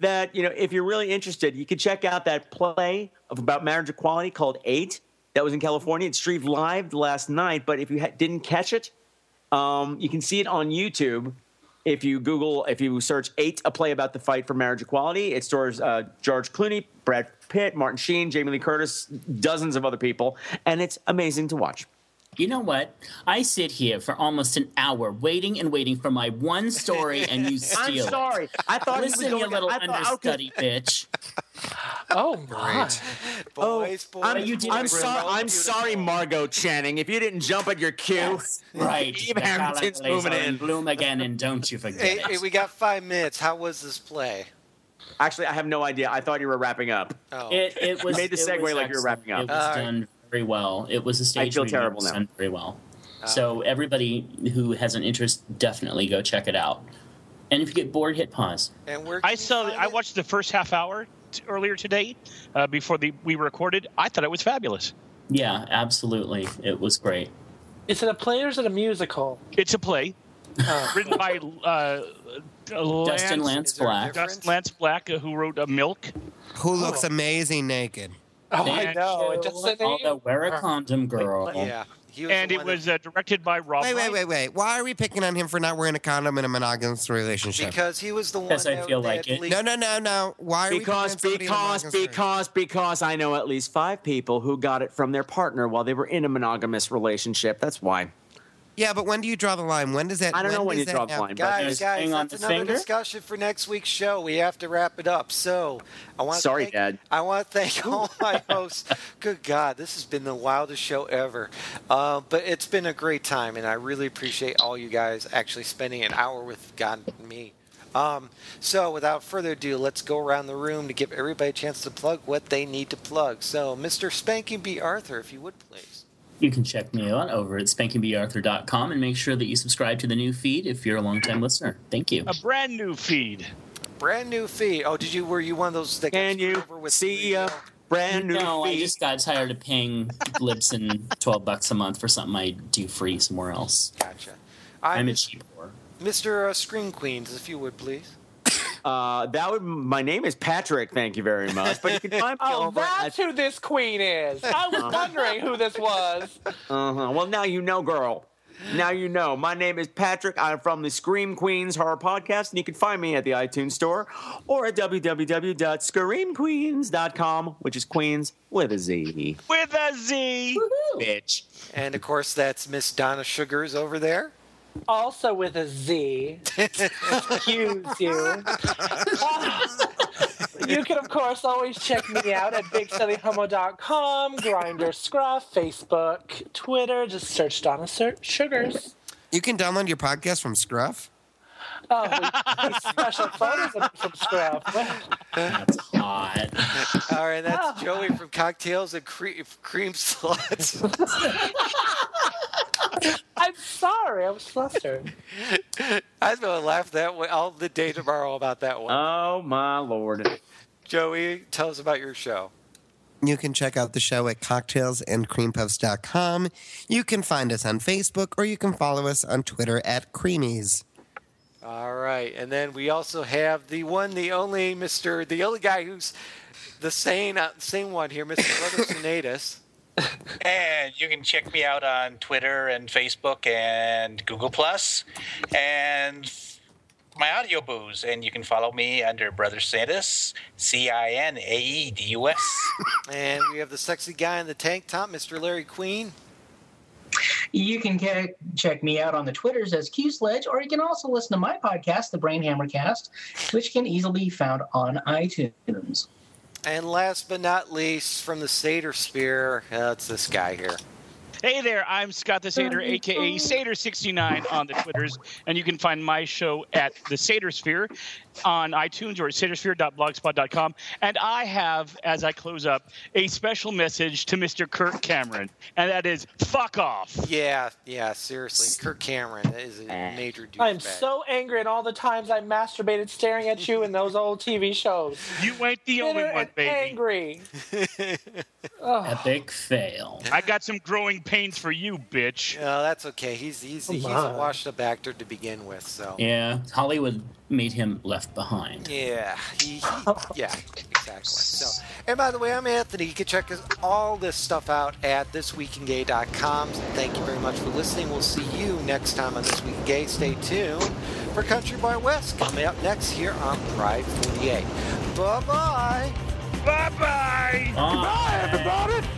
Speaker 4: that you know if you're really interested you could check out that play of about marriage equality called eight that was in california it streamed live last night but if you ha- didn't catch it um, you can see it on youtube if you google if you search eight a play about the fight for marriage equality it stars uh, george clooney brad pitt martin sheen jamie lee curtis dozens of other people and it's amazing to watch
Speaker 3: You know what? I sit here for almost an hour waiting and waiting for my one story, and you
Speaker 4: i'm
Speaker 3: steal it.
Speaker 4: sorry i thought he was
Speaker 3: Listen,
Speaker 4: going
Speaker 3: you little
Speaker 4: I thought, okay,
Speaker 3: understudy
Speaker 4: [laughs]
Speaker 3: bitch.
Speaker 7: [laughs] Oh my!
Speaker 1: Boys, boys.
Speaker 4: Oh, I'm,
Speaker 3: you did
Speaker 4: I'm
Speaker 3: it,
Speaker 4: sorry.
Speaker 3: Brenda.
Speaker 4: I'm sorry, Margot Channing. If you didn't jump at your cue,
Speaker 3: Right.
Speaker 4: Eve
Speaker 3: The
Speaker 4: Hamilton's
Speaker 3: colonies
Speaker 4: moving
Speaker 3: are
Speaker 4: in.
Speaker 3: Bloom again, and don't you
Speaker 4: [laughs]
Speaker 1: Hey,
Speaker 3: forget
Speaker 1: hey,
Speaker 3: it.
Speaker 1: we got five minutes. How was this play?
Speaker 4: actually, I have no idea. I thought you were wrapping up.
Speaker 1: Oh,
Speaker 3: It, it was
Speaker 4: made the
Speaker 3: it was
Speaker 4: segue like you were wrapping up.
Speaker 3: excellent. It was
Speaker 1: All right.
Speaker 3: done very well. It was a stage.
Speaker 4: feel
Speaker 3: reading. It
Speaker 4: terrible
Speaker 3: was
Speaker 4: now. Uh.
Speaker 3: Done very well. so everybody who has an interest, definitely go check it out. And if you get bored, hit pause.
Speaker 1: and where can
Speaker 2: I
Speaker 1: you
Speaker 2: saw.
Speaker 1: find
Speaker 2: I
Speaker 1: it?
Speaker 2: watched the first half hour t- earlier today, uh, before the, we recorded. I thought it was fabulous.
Speaker 3: Yeah, absolutely. It was great.
Speaker 7: Is it a play or is it a musical? Oh.
Speaker 2: It's a play written by uh,
Speaker 3: Dustin Lance
Speaker 1: is there a
Speaker 3: Black.
Speaker 1: difference?
Speaker 2: Dustin Lance Black, uh, who wrote uh, Milk.
Speaker 4: Oh.
Speaker 5: who looks amazing naked
Speaker 7: Oh, I
Speaker 3: Thank
Speaker 7: know.
Speaker 3: you.
Speaker 7: It doesn't.
Speaker 3: Although wear a condom, girl.
Speaker 1: Yeah, he was
Speaker 2: and
Speaker 1: the
Speaker 2: it
Speaker 1: one
Speaker 2: was
Speaker 1: that-
Speaker 2: uh, directed by Rob.
Speaker 5: wait wait
Speaker 2: Reiner.
Speaker 5: wait wait why are we picking on him for not wearing a condom in a monogamous
Speaker 2: uh,
Speaker 5: relationship
Speaker 1: because he was the one.
Speaker 3: Because I
Speaker 1: that-
Speaker 3: feel
Speaker 1: that
Speaker 3: like it.
Speaker 1: leaked-
Speaker 5: no no no no why are
Speaker 4: Because,
Speaker 5: we picking on
Speaker 4: because,
Speaker 5: somebody in a monogamous relationship?
Speaker 4: because, because I know at least five people who got it from their partner while they were in a monogamous relationship. That's why.
Speaker 5: Yeah, but when do you draw the line? When does that?
Speaker 4: I don't know when
Speaker 5: does
Speaker 4: you
Speaker 5: that
Speaker 4: draw the
Speaker 5: happen?
Speaker 4: line, but
Speaker 1: Guys,
Speaker 3: Just
Speaker 1: guys,
Speaker 3: hang on
Speaker 1: that's
Speaker 3: the
Speaker 1: another
Speaker 3: finger?
Speaker 1: discussion for next week's show. We have to wrap it up. So, I want
Speaker 4: Sorry,
Speaker 1: to thank,
Speaker 4: Dad.
Speaker 1: I want to thank all
Speaker 4: [laughs]
Speaker 1: my hosts. Good God, this has been the wildest show ever. Uh, but it's been a great time, and I really appreciate all you guys actually spending an hour with God and me. Um, so, without further ado, let's go around the room to give everybody a chance to plug what they need to plug. So, Mr. Spanking B. Arthur, if you would please.
Speaker 3: You can check me out over at spankingbarthur.com and make sure that you subscribe to the new feed if you're a longtime listener. Thank you.
Speaker 2: A brand new feed.
Speaker 1: Brand new fee. Oh, did you? Were you one of those that
Speaker 4: can
Speaker 1: gets
Speaker 4: you
Speaker 1: over with
Speaker 4: see
Speaker 1: radio?
Speaker 4: a brand new
Speaker 3: No, I
Speaker 4: feed?
Speaker 3: just got tired of paying Libsyn 12 bucks a month for something I do free somewhere else.
Speaker 1: Gotcha.
Speaker 3: I'm
Speaker 1: I'm
Speaker 3: a cheap whore.
Speaker 1: Mr. Uh, Screen Queens, if you would please.
Speaker 4: Uh, that would. My name is Patrick. Thank you very much. But
Speaker 3: [laughs]
Speaker 4: you can find me
Speaker 7: Oh,
Speaker 4: over.
Speaker 7: that's who this queen is. I
Speaker 3: Uh-huh.
Speaker 7: was wondering who this was.
Speaker 4: Uh-huh. Well, now you know, girl. Now you know. My name is Patrick. I'm from the Scream Queens Horror Podcast, and you can find me at the iTunes Store or at www.screamqueens.com, which is Queens with a Z.
Speaker 2: With a Z.
Speaker 4: Bitch.
Speaker 1: And of course, that's Miss Donna Sugars over there.
Speaker 7: Also with a Z. Excuse you. you can, of course, always check me out at bigsillyhomo.com, Grinder Scruff, Facebook, Twitter. Just search Donna Sur- Sugars.
Speaker 5: You can download your podcast from Scruff.
Speaker 7: Oh, we- these special photos of- from Scruff. [laughs]
Speaker 3: That's hot.
Speaker 1: All right, Uh, that's Joey from Cocktails and Cre- Cream [laughs] Sluts.
Speaker 7: I'm sorry, I was flustered.
Speaker 1: I was going to laugh that way all the day tomorrow about that one.
Speaker 4: Oh, my Lord.
Speaker 1: Joey, tell us about your show.
Speaker 5: You can check out the show at cocktailsandcreampuffs.com. You can find us on Facebook or you can follow us on Twitter at Creamies.
Speaker 1: All right, and then we also have the one, the only Mr. The only guy who's the same uh, same one here, Mr. Brother Sinatus.
Speaker 8: And you can check me out on Twitter and Facebook and Google Plus and my audio booze. And you can follow me under Brother Sandus, C I N A E D U S.
Speaker 1: And we have the sexy guy in the tank top, Mr. Larry Queen.
Speaker 6: You can ca- check me out on the Twitters as QSledge, or you can also listen to my podcast, The Brain Hammer Cast, which can easily be found on iTunes.
Speaker 1: And last but not least, from the Seder Spear, uh, it's this guy here.
Speaker 2: Hey there, I'm Scott the Satyr, aka Satyr69 on the Twitters, and you can find my show at the Satyr Sphere on iTunes or at satyrsphere.blogspot.com. And I have, as I close up, a special message to Mr. Kirk Cameron, and that is fuck off.
Speaker 1: Yeah, yeah, seriously. Kirk Cameron that is a major douchebag.
Speaker 7: I'm so angry at all the times I masturbated staring at you in those old TV shows.
Speaker 2: You ain't the only
Speaker 7: Bitter
Speaker 2: one,
Speaker 7: and
Speaker 2: baby.
Speaker 7: angry.
Speaker 3: Epic fail.
Speaker 2: I got some growing pains for you, bitch.
Speaker 1: No, that's okay. He's he's, he's a
Speaker 7: on.
Speaker 1: washed-up actor to begin with, so
Speaker 3: Yeah, Hollywood made him left behind.
Speaker 1: Yeah, he, he, yeah, exactly. So, and by the way, I'm Anthony. You can check us, all this stuff out at thisweekingay.com. Thank you very much for listening. We'll see you next time on This Week in Gay. Stay tuned for Country Boy West coming up next here on Pride 48. Bye bye.
Speaker 2: Bye bye.
Speaker 3: Bye, everybody.
Speaker 4: Bye, everybody.